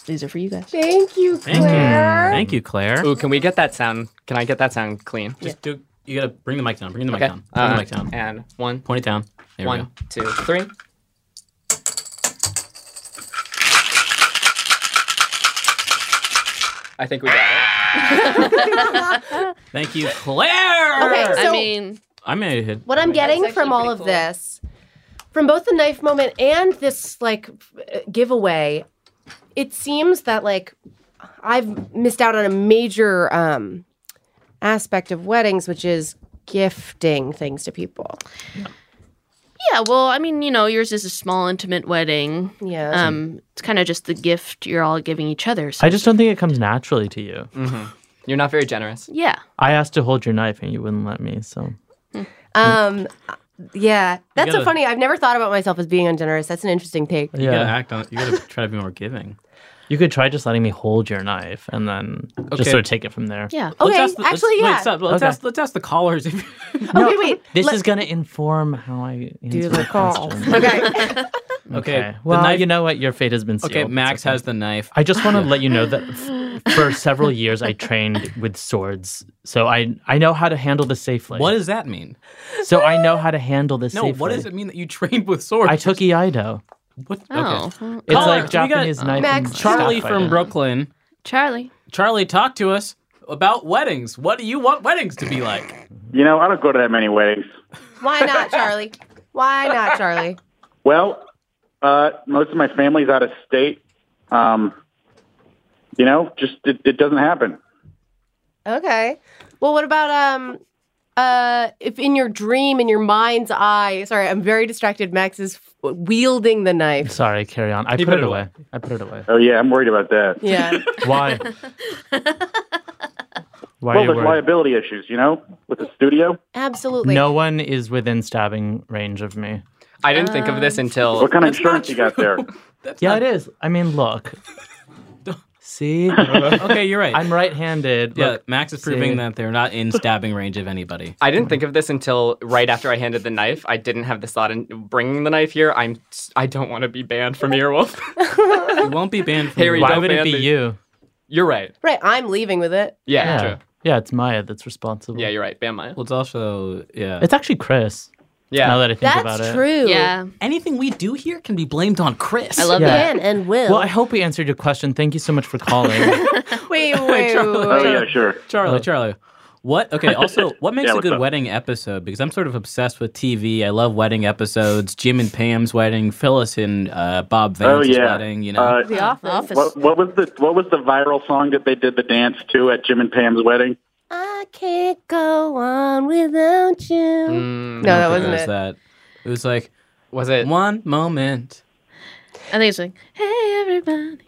[SPEAKER 3] these are for you guys.
[SPEAKER 2] Thank you,
[SPEAKER 1] Thank
[SPEAKER 2] Claire.
[SPEAKER 1] you. Thank you, Claire.
[SPEAKER 6] Ooh, can we get that sound? Can I get that sound clean?
[SPEAKER 1] Just do. You gotta bring the mic down. Bring the mic
[SPEAKER 6] Okay.
[SPEAKER 1] down. Bring
[SPEAKER 6] Uh,
[SPEAKER 1] the mic down.
[SPEAKER 6] And one,
[SPEAKER 1] Point it down. There we
[SPEAKER 6] one,
[SPEAKER 1] go.
[SPEAKER 6] two, three. I think we got it.
[SPEAKER 1] Thank you, Claire.
[SPEAKER 2] Okay, so
[SPEAKER 3] I mean,
[SPEAKER 1] I may have hit.
[SPEAKER 2] what I'm getting
[SPEAKER 3] actually
[SPEAKER 2] from all
[SPEAKER 3] pretty
[SPEAKER 2] of
[SPEAKER 3] cool.
[SPEAKER 2] this from both the knife moment and this like f- giveaway, it seems that like I've missed out on a major um, aspect of weddings, which is gifting things to people.
[SPEAKER 3] Yeah, well, I mean, you know, yours is a small, intimate wedding.
[SPEAKER 2] Yeah.
[SPEAKER 3] Um, it's kind of just the gift you're all giving each other. So
[SPEAKER 5] I just don't think it comes naturally to you.
[SPEAKER 1] Mm-hmm.
[SPEAKER 6] You're not very generous.
[SPEAKER 3] yeah,
[SPEAKER 5] I asked to hold your knife and you wouldn't let me. So
[SPEAKER 3] Hmm.
[SPEAKER 2] Um, yeah, that's so
[SPEAKER 1] gotta-
[SPEAKER 2] funny. I've never thought about myself as being ungenerous. That's an interesting take.
[SPEAKER 1] You gotta
[SPEAKER 5] yeah,
[SPEAKER 1] act on. You gotta try to be more giving.
[SPEAKER 5] you could try just letting me hold your knife and then just
[SPEAKER 1] Okay.
[SPEAKER 5] sort of take it from there.
[SPEAKER 3] yeah.
[SPEAKER 2] Okay,
[SPEAKER 1] ask the-
[SPEAKER 2] actually,
[SPEAKER 1] let's,
[SPEAKER 2] yeah.
[SPEAKER 1] Let's, let's,
[SPEAKER 5] Okay.
[SPEAKER 1] ask, let's ask the callers. If
[SPEAKER 2] okay, wait.
[SPEAKER 5] This
[SPEAKER 2] let-
[SPEAKER 5] is going to inform how I
[SPEAKER 2] do
[SPEAKER 5] answer
[SPEAKER 2] the call.
[SPEAKER 5] question.
[SPEAKER 2] okay.
[SPEAKER 1] okay.
[SPEAKER 5] Well,
[SPEAKER 1] the knife,
[SPEAKER 5] you know what? Your fate has been sealed.
[SPEAKER 1] Okay,
[SPEAKER 5] It's
[SPEAKER 1] Max
[SPEAKER 5] okay.
[SPEAKER 1] has the knife.
[SPEAKER 5] I just want to let you know that f- for several years I trained with swords, so I I know how to handle this safely.
[SPEAKER 1] What does that mean?
[SPEAKER 5] So I know how to handle this
[SPEAKER 1] No,
[SPEAKER 5] safely.
[SPEAKER 1] what does it mean that you trained with swords?
[SPEAKER 5] I took Iaido.
[SPEAKER 1] What?
[SPEAKER 3] Oh,
[SPEAKER 1] Okay.
[SPEAKER 3] well,
[SPEAKER 5] It's
[SPEAKER 1] Caller,
[SPEAKER 5] like
[SPEAKER 1] we got-
[SPEAKER 5] Japanese knife.
[SPEAKER 2] Max,
[SPEAKER 5] and
[SPEAKER 1] Charlie
[SPEAKER 5] staff
[SPEAKER 1] from
[SPEAKER 5] fighting.
[SPEAKER 1] Brooklyn.
[SPEAKER 3] Charlie.
[SPEAKER 1] Charlie, talk to us about weddings. What do you want weddings to be like?
[SPEAKER 8] You know, I don't go to that many weddings.
[SPEAKER 2] Why not, Charlie? Why not, Charlie?
[SPEAKER 8] Well, uh, most of my family's out of state. Um, you know, just it, it doesn't happen.
[SPEAKER 2] Okay. Well, what about um uh if in your dream in your mind's eye, sorry, I'm very distracted. Max is f- wielding the knife.
[SPEAKER 5] Sorry, carry on. I put, it away. I put it away.
[SPEAKER 8] Oh yeah, I'm worried about that.
[SPEAKER 2] Yeah.
[SPEAKER 5] Why? Why
[SPEAKER 8] well,
[SPEAKER 5] are you
[SPEAKER 8] there's
[SPEAKER 5] worried?
[SPEAKER 8] liability issues, you know, with the studio.
[SPEAKER 2] Absolutely.
[SPEAKER 5] No one is within stabbing range of me.
[SPEAKER 6] I didn't think of this until
[SPEAKER 8] What kind of insurance you got there?
[SPEAKER 5] yeah, it is. I mean, look. See, I'm
[SPEAKER 1] Okay, you're right.
[SPEAKER 5] right-handed.
[SPEAKER 1] yeah,
[SPEAKER 5] Look,
[SPEAKER 1] Max is proving
[SPEAKER 5] see.
[SPEAKER 1] that they're not in stabbing range of anybody.
[SPEAKER 6] I didn't think of this until right after I handed the knife. I didn't have this thought in bringing the knife here. I'm I don't want to be banned from Earwolf.
[SPEAKER 1] You won't be banned from.
[SPEAKER 6] Harry,
[SPEAKER 1] the-
[SPEAKER 5] why
[SPEAKER 6] don't
[SPEAKER 5] would it
[SPEAKER 6] ban
[SPEAKER 5] be
[SPEAKER 6] me.
[SPEAKER 5] you?
[SPEAKER 6] You're right.
[SPEAKER 2] Right, I'm leaving with it.
[SPEAKER 6] Yeah,
[SPEAKER 5] Yeah,
[SPEAKER 6] true.
[SPEAKER 5] yeah, it's Maya that's responsible.
[SPEAKER 6] Yeah, you're right. Ban Maya.
[SPEAKER 1] Well, it's also yeah.
[SPEAKER 5] It's actually Chris. Now
[SPEAKER 6] Yeah.
[SPEAKER 5] that I think about
[SPEAKER 2] That's
[SPEAKER 5] it.
[SPEAKER 2] true.
[SPEAKER 3] Yeah,
[SPEAKER 1] Anything we do here can be blamed on Chris.
[SPEAKER 3] I love
[SPEAKER 5] Yeah.
[SPEAKER 3] that.
[SPEAKER 2] Can and will.
[SPEAKER 5] Well, I hope we answered your question. Thank you so much for calling.
[SPEAKER 2] wait, wait, wait,
[SPEAKER 8] Oh
[SPEAKER 2] wait.
[SPEAKER 8] yeah, sure.
[SPEAKER 1] Charlie, Charlie. What? Okay. Also, what makes
[SPEAKER 8] Uh, Yeah,
[SPEAKER 1] a
[SPEAKER 8] what's
[SPEAKER 1] good
[SPEAKER 8] up?
[SPEAKER 1] wedding episode? Because I'm sort of obsessed with TV. I love wedding episodes. Jim and Pam's wedding, Phyllis and uh, Bob
[SPEAKER 8] Oh
[SPEAKER 1] Vance's
[SPEAKER 8] yeah.
[SPEAKER 1] wedding. You know.
[SPEAKER 8] Uh,
[SPEAKER 2] The office.
[SPEAKER 3] Office.
[SPEAKER 8] what, what was the what was the viral song that they did the dance to at Jim and Pam's wedding?
[SPEAKER 2] I can't go on without you. Mm, no, that
[SPEAKER 1] I think
[SPEAKER 2] wasn't
[SPEAKER 1] it was
[SPEAKER 2] it.
[SPEAKER 1] that. It was like
[SPEAKER 6] Was it?
[SPEAKER 1] one moment.
[SPEAKER 3] I think it's like, hey everybody.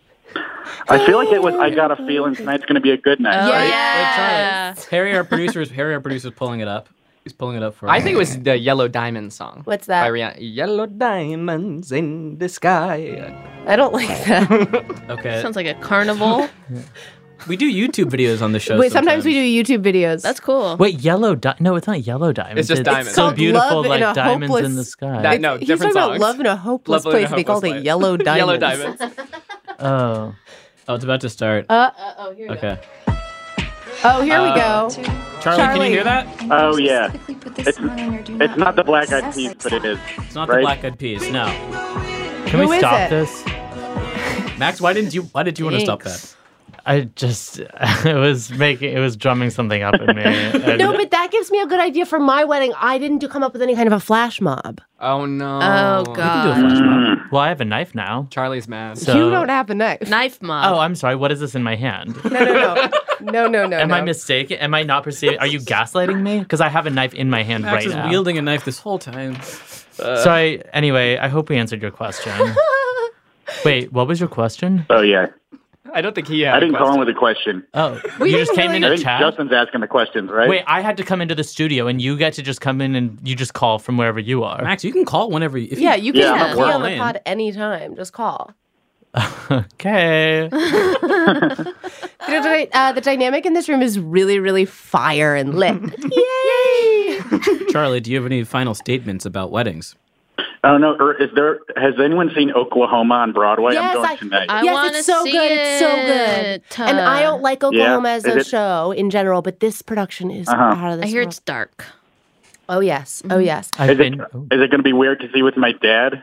[SPEAKER 8] I feel like it was. I got a feeling tonight's going to be a good night.
[SPEAKER 2] Oh, Yeah.
[SPEAKER 8] right?
[SPEAKER 2] Uh.
[SPEAKER 3] yeah.
[SPEAKER 1] Harry, our producer, is Harry, our producer, is pulling it up. He's pulling it up for us.
[SPEAKER 6] I think it was the Yellow Diamond song.
[SPEAKER 2] What's
[SPEAKER 6] By
[SPEAKER 2] that?
[SPEAKER 6] Rihanna. Yellow diamonds in the sky.
[SPEAKER 2] I don't like that. Uh,
[SPEAKER 1] Okay.
[SPEAKER 3] Sounds like a carnival.
[SPEAKER 1] We do YouTube videos on the show.
[SPEAKER 2] Wait, sometimes we do YouTube videos.
[SPEAKER 3] That's cool.
[SPEAKER 5] Wait, yellow di- No, it's not yellow diamonds.
[SPEAKER 6] just diamonds.
[SPEAKER 5] so
[SPEAKER 2] It's
[SPEAKER 5] beautiful,
[SPEAKER 2] called Love
[SPEAKER 5] like
[SPEAKER 2] in a
[SPEAKER 5] diamonds in
[SPEAKER 2] Hopeless-
[SPEAKER 5] the sky.
[SPEAKER 6] That- no,
[SPEAKER 2] He's
[SPEAKER 6] different
[SPEAKER 2] talking about
[SPEAKER 6] songs.
[SPEAKER 2] love in a hopeless
[SPEAKER 6] Love in a
[SPEAKER 2] place. they call
[SPEAKER 6] Hopeless
[SPEAKER 2] it
[SPEAKER 6] Place.
[SPEAKER 2] yellow diamonds.
[SPEAKER 6] Yellow diamonds.
[SPEAKER 5] oh,
[SPEAKER 1] Oh, it's about to start.
[SPEAKER 2] Uh, uh, oh, here we
[SPEAKER 1] Okay.
[SPEAKER 2] go. Oh, here we go.
[SPEAKER 1] Charlie, can
[SPEAKER 2] Charlie.
[SPEAKER 1] you hear that?
[SPEAKER 8] Oh yeah. It's, it's not the Black Eyed Peas, but it is.
[SPEAKER 1] It's not the
[SPEAKER 8] Right.
[SPEAKER 1] Black Eyed Peas. No.
[SPEAKER 5] can
[SPEAKER 2] Who
[SPEAKER 5] we
[SPEAKER 2] is
[SPEAKER 5] stop
[SPEAKER 2] it?
[SPEAKER 5] this?
[SPEAKER 1] Max, why didn't you? Why did you want to stop that?
[SPEAKER 5] I just it was making it was drumming something up in me. and-
[SPEAKER 2] No, but that gives me a good idea for my wedding. I didn't do come up with any kind of a flash mob.
[SPEAKER 6] Oh no.
[SPEAKER 3] Oh god.
[SPEAKER 5] well, I have a knife now.
[SPEAKER 6] Charlie's mad.
[SPEAKER 5] So
[SPEAKER 2] you don't have a knife.
[SPEAKER 3] Knife mob.
[SPEAKER 5] Oh, I'm sorry. What is this in my hand?
[SPEAKER 2] no, no, no, no, no, no.
[SPEAKER 5] Am I
[SPEAKER 2] no.
[SPEAKER 5] mistaken? Am I not perceiving? Are you gaslighting me? Because I have a knife in my hand
[SPEAKER 1] Max
[SPEAKER 5] right
[SPEAKER 1] is
[SPEAKER 5] now.
[SPEAKER 1] wielding a knife this whole time.
[SPEAKER 2] Uh.
[SPEAKER 5] so I, anyway, I hope we answered your question. Wait, what was your question?
[SPEAKER 8] Oh yeah.
[SPEAKER 6] I don't think he had.
[SPEAKER 8] I
[SPEAKER 6] a
[SPEAKER 8] didn't call
[SPEAKER 6] question.
[SPEAKER 8] in with a question.
[SPEAKER 5] Oh, you just came in
[SPEAKER 8] I
[SPEAKER 5] to
[SPEAKER 8] think
[SPEAKER 5] chat.
[SPEAKER 8] Justin's asking the questions, right?
[SPEAKER 5] Wait, I had to come into the studio, and you get to just come in and you just call from wherever you are.
[SPEAKER 1] Max, you can call whenever. You, if
[SPEAKER 2] Yeah,
[SPEAKER 1] you,
[SPEAKER 2] you can
[SPEAKER 8] Yeah, I'm
[SPEAKER 2] yeah,
[SPEAKER 8] at
[SPEAKER 2] be
[SPEAKER 8] work.
[SPEAKER 2] on the
[SPEAKER 1] Call in.
[SPEAKER 2] pod anytime. Just call.
[SPEAKER 5] Okay.
[SPEAKER 2] The, dy- uh, the dynamic in this room is really, really fire and lit. Yay!
[SPEAKER 1] Charlie, do you have any final statements about weddings?
[SPEAKER 8] Oh no, er, is there? Has anyone seen Oklahoma on Broadway?
[SPEAKER 2] Yes,
[SPEAKER 8] I'm going
[SPEAKER 2] I-
[SPEAKER 8] tonight.
[SPEAKER 3] I
[SPEAKER 2] yes,
[SPEAKER 3] wanna
[SPEAKER 2] it's so
[SPEAKER 3] see
[SPEAKER 2] good. It's so good.
[SPEAKER 3] it.
[SPEAKER 2] And I don't like Oklahoma as
[SPEAKER 8] Is
[SPEAKER 2] a
[SPEAKER 8] it- Uh-huh.
[SPEAKER 2] show in general, but this production is out of
[SPEAKER 3] I
[SPEAKER 2] this
[SPEAKER 3] hear
[SPEAKER 2] world.
[SPEAKER 3] it's dark. Mm-hmm.
[SPEAKER 2] Oh yes. Oh yes.
[SPEAKER 5] I've
[SPEAKER 8] is it,
[SPEAKER 5] been.
[SPEAKER 8] is
[SPEAKER 5] oh.
[SPEAKER 8] it going to be weird to see with my dad?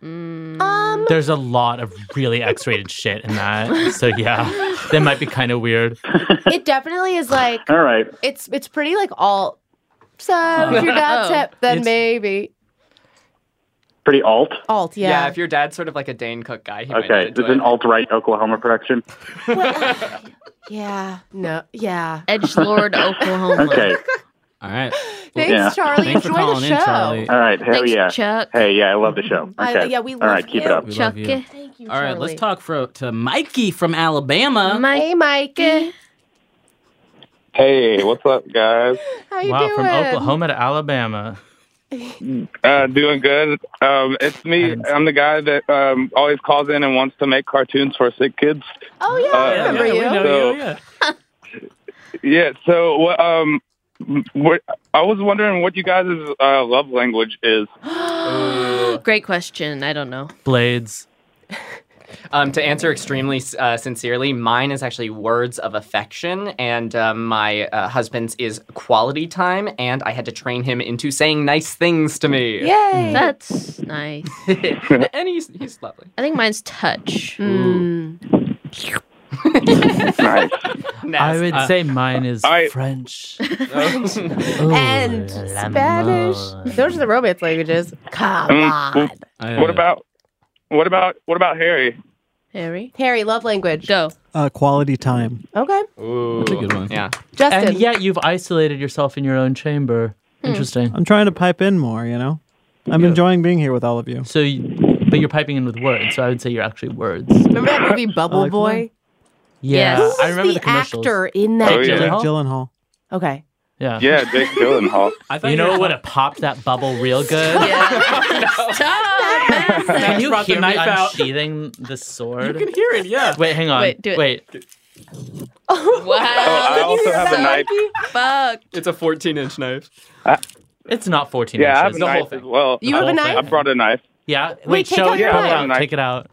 [SPEAKER 2] Um.
[SPEAKER 5] There's a lot of really X-rated shit in that, so yeah, that might be kind of weird.
[SPEAKER 2] it definitely is like
[SPEAKER 8] All right.
[SPEAKER 2] it's it's pretty like alt. So if your dad's
[SPEAKER 3] Oh.
[SPEAKER 2] hip, then
[SPEAKER 1] It's-
[SPEAKER 2] maybe.
[SPEAKER 8] pretty alt.
[SPEAKER 6] Oh.
[SPEAKER 2] Alt, yeah.
[SPEAKER 6] if your dad's sort of like a Dane Cook guy, he might
[SPEAKER 8] Okay,
[SPEAKER 6] not
[SPEAKER 8] it's an
[SPEAKER 6] enjoy
[SPEAKER 8] alt right Oklahoma production.
[SPEAKER 2] yeah. No. Yeah.
[SPEAKER 3] Edge Lord, Oklahoma.
[SPEAKER 8] Okay,
[SPEAKER 1] All right.
[SPEAKER 2] Thanks,
[SPEAKER 8] Yeah.
[SPEAKER 2] Charlie.
[SPEAKER 1] Thanks for
[SPEAKER 2] Enjoy the
[SPEAKER 1] calling
[SPEAKER 2] show.
[SPEAKER 1] in, Charlie.
[SPEAKER 8] all right, hell
[SPEAKER 3] Thanks,
[SPEAKER 8] yeah.
[SPEAKER 3] Chuck.
[SPEAKER 8] Hey, yeah, I love the show. Okay,
[SPEAKER 2] I- yeah, we
[SPEAKER 8] all
[SPEAKER 2] love
[SPEAKER 8] right, keep it
[SPEAKER 2] you.
[SPEAKER 8] up.
[SPEAKER 1] We
[SPEAKER 3] Chuck
[SPEAKER 1] love you.
[SPEAKER 3] it.
[SPEAKER 2] Thank you,
[SPEAKER 1] All right,
[SPEAKER 2] Charlie.
[SPEAKER 1] let's talk for, to Mikey from Alabama.
[SPEAKER 3] Mike.
[SPEAKER 2] Hey, Mike. How
[SPEAKER 8] Hey, what's up, guys?
[SPEAKER 2] you
[SPEAKER 5] wow,
[SPEAKER 2] doing?
[SPEAKER 5] from Oklahoma to Alabama.
[SPEAKER 8] Uh, doing good. Um, it's me.
[SPEAKER 5] Haven't-
[SPEAKER 8] I'm the guy that um, always calls in and wants to make cartoons for sick kids.
[SPEAKER 2] Oh yeah, I
[SPEAKER 8] Uh,
[SPEAKER 2] remember
[SPEAKER 8] yeah,
[SPEAKER 2] you.
[SPEAKER 8] So-
[SPEAKER 5] yeah.
[SPEAKER 8] Yeah. So, wha- um, what, I was wondering what you guys' uh, love language is.
[SPEAKER 3] Great question. I don't know.
[SPEAKER 5] Blades.
[SPEAKER 6] Um, to answer extremely uh, sincerely, mine is actually words of affection, and um, my uh, husband's is quality time, and I had to train him into saying nice things to me.
[SPEAKER 3] Mm.
[SPEAKER 2] Yay.
[SPEAKER 3] That's nice.
[SPEAKER 6] Mm. and he's he's lovely.
[SPEAKER 3] I think mine's touch.
[SPEAKER 2] Mm.
[SPEAKER 8] nice.
[SPEAKER 5] I would
[SPEAKER 1] Uh, Oh.
[SPEAKER 5] say mine is
[SPEAKER 8] I-
[SPEAKER 5] French.
[SPEAKER 6] Nasty.
[SPEAKER 2] And
[SPEAKER 5] Ooh, la
[SPEAKER 2] Spanish.
[SPEAKER 5] mole.
[SPEAKER 2] Those are the romance languages. Come
[SPEAKER 8] Um,
[SPEAKER 2] on.
[SPEAKER 1] Uh,
[SPEAKER 8] What about what about what about Harry?
[SPEAKER 3] Harry.
[SPEAKER 2] Harry, love language.
[SPEAKER 3] Go.
[SPEAKER 7] Uh, quality time.
[SPEAKER 2] Okay.
[SPEAKER 6] Ooh,
[SPEAKER 1] That's a good one.
[SPEAKER 6] Yeah.
[SPEAKER 2] Justin.
[SPEAKER 5] And yet you've isolated yourself in your own chamber.
[SPEAKER 7] Hmm.
[SPEAKER 5] Interesting.
[SPEAKER 7] I'm trying to pipe in more, you know? I'm enjoying being here with all of you.
[SPEAKER 5] So, you, but you're piping in with words. So I would say you're actually words.
[SPEAKER 2] Remember that movie Bubble
[SPEAKER 7] like
[SPEAKER 2] Boy?
[SPEAKER 5] Yeah,
[SPEAKER 3] Yes.
[SPEAKER 5] I remember the,
[SPEAKER 2] the
[SPEAKER 5] commercials.
[SPEAKER 2] actor in that.
[SPEAKER 8] Oh,
[SPEAKER 5] Jake
[SPEAKER 8] yeah.
[SPEAKER 7] Jake
[SPEAKER 5] Gyllenhaal?
[SPEAKER 7] Gyllenhaal.
[SPEAKER 2] Okay.
[SPEAKER 5] Yeah.
[SPEAKER 8] Yeah, Jake Gyllenhaal.
[SPEAKER 1] I thought
[SPEAKER 5] You know
[SPEAKER 1] were
[SPEAKER 5] what would have popped that bubble real good? Can you
[SPEAKER 1] brought the
[SPEAKER 5] hear me
[SPEAKER 1] knife out.
[SPEAKER 5] unsheathing the sword?
[SPEAKER 1] talking- hear it, yeah.
[SPEAKER 5] Wait, hang on.
[SPEAKER 3] Wait, do it.
[SPEAKER 8] Oh, I
[SPEAKER 3] Wow.
[SPEAKER 8] also have a knife.
[SPEAKER 3] Fuck.
[SPEAKER 6] It's a 14 inch knife.
[SPEAKER 5] it's not 14
[SPEAKER 8] Uh, Yeah, I have a
[SPEAKER 5] inches. the whole
[SPEAKER 8] knife as
[SPEAKER 5] thing.
[SPEAKER 8] well.
[SPEAKER 2] You
[SPEAKER 5] The
[SPEAKER 2] have a
[SPEAKER 5] whole
[SPEAKER 2] knife?
[SPEAKER 8] I
[SPEAKER 5] thing.
[SPEAKER 8] brought a knife.
[SPEAKER 5] Yeah. Wait,
[SPEAKER 2] take
[SPEAKER 5] show
[SPEAKER 2] out
[SPEAKER 5] it.
[SPEAKER 2] your
[SPEAKER 5] Pull it
[SPEAKER 2] knife.
[SPEAKER 5] out. Take it out.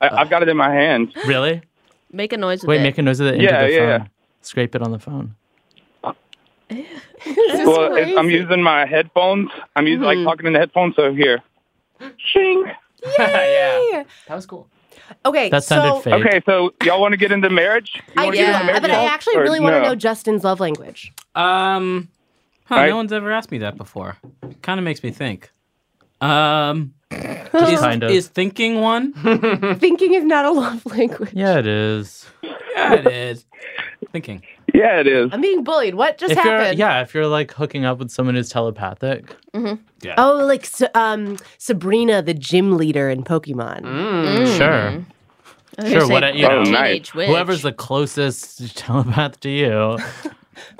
[SPEAKER 8] I, I've got it in my hand.
[SPEAKER 5] Really?
[SPEAKER 3] Make a noise with
[SPEAKER 5] Wait,
[SPEAKER 3] it.
[SPEAKER 5] make a noise of it into
[SPEAKER 8] Yeah,
[SPEAKER 5] the
[SPEAKER 8] yeah.
[SPEAKER 5] phone. Scrape it on the phone.
[SPEAKER 8] Well, it, I'm using my headphones. I'm using
[SPEAKER 2] Mm-hmm.
[SPEAKER 8] like talking in the headphones. So here, shing.
[SPEAKER 6] yeah. That was cool.
[SPEAKER 2] Okay.
[SPEAKER 5] That sounded
[SPEAKER 2] so,
[SPEAKER 5] fake.
[SPEAKER 8] Okay, so y'all want to get into marriage? You
[SPEAKER 2] I
[SPEAKER 8] wanna
[SPEAKER 2] do,
[SPEAKER 8] get into
[SPEAKER 3] Yeah.
[SPEAKER 8] marriage
[SPEAKER 2] but I
[SPEAKER 8] talk,
[SPEAKER 2] actually
[SPEAKER 8] or
[SPEAKER 2] really want to
[SPEAKER 8] no?
[SPEAKER 2] know Justin's love language.
[SPEAKER 1] Um, huh,
[SPEAKER 8] Right.
[SPEAKER 1] no one's ever asked me that before. Kind of makes me think. Um, is,
[SPEAKER 5] kind of.
[SPEAKER 1] is thinking one?
[SPEAKER 2] Thinking is not a love language.
[SPEAKER 5] Yeah, it is.
[SPEAKER 1] yeah, it is. Thinking.
[SPEAKER 8] Yeah, it is.
[SPEAKER 2] I'm being bullied. What just
[SPEAKER 5] if
[SPEAKER 2] happened?
[SPEAKER 5] you're yeah, if you're like hooking up with someone who's telepathic,
[SPEAKER 2] Oh, like S- um, Sabrina, the gym leader in
[SPEAKER 5] Mm.
[SPEAKER 2] Pokemon.
[SPEAKER 3] Mm.
[SPEAKER 2] Mm.
[SPEAKER 5] sure.
[SPEAKER 3] I was
[SPEAKER 5] Sure,
[SPEAKER 3] gonna
[SPEAKER 5] what
[SPEAKER 3] say
[SPEAKER 5] I- you know,
[SPEAKER 3] teenage witch.
[SPEAKER 5] Whoever's the closest telepath to you,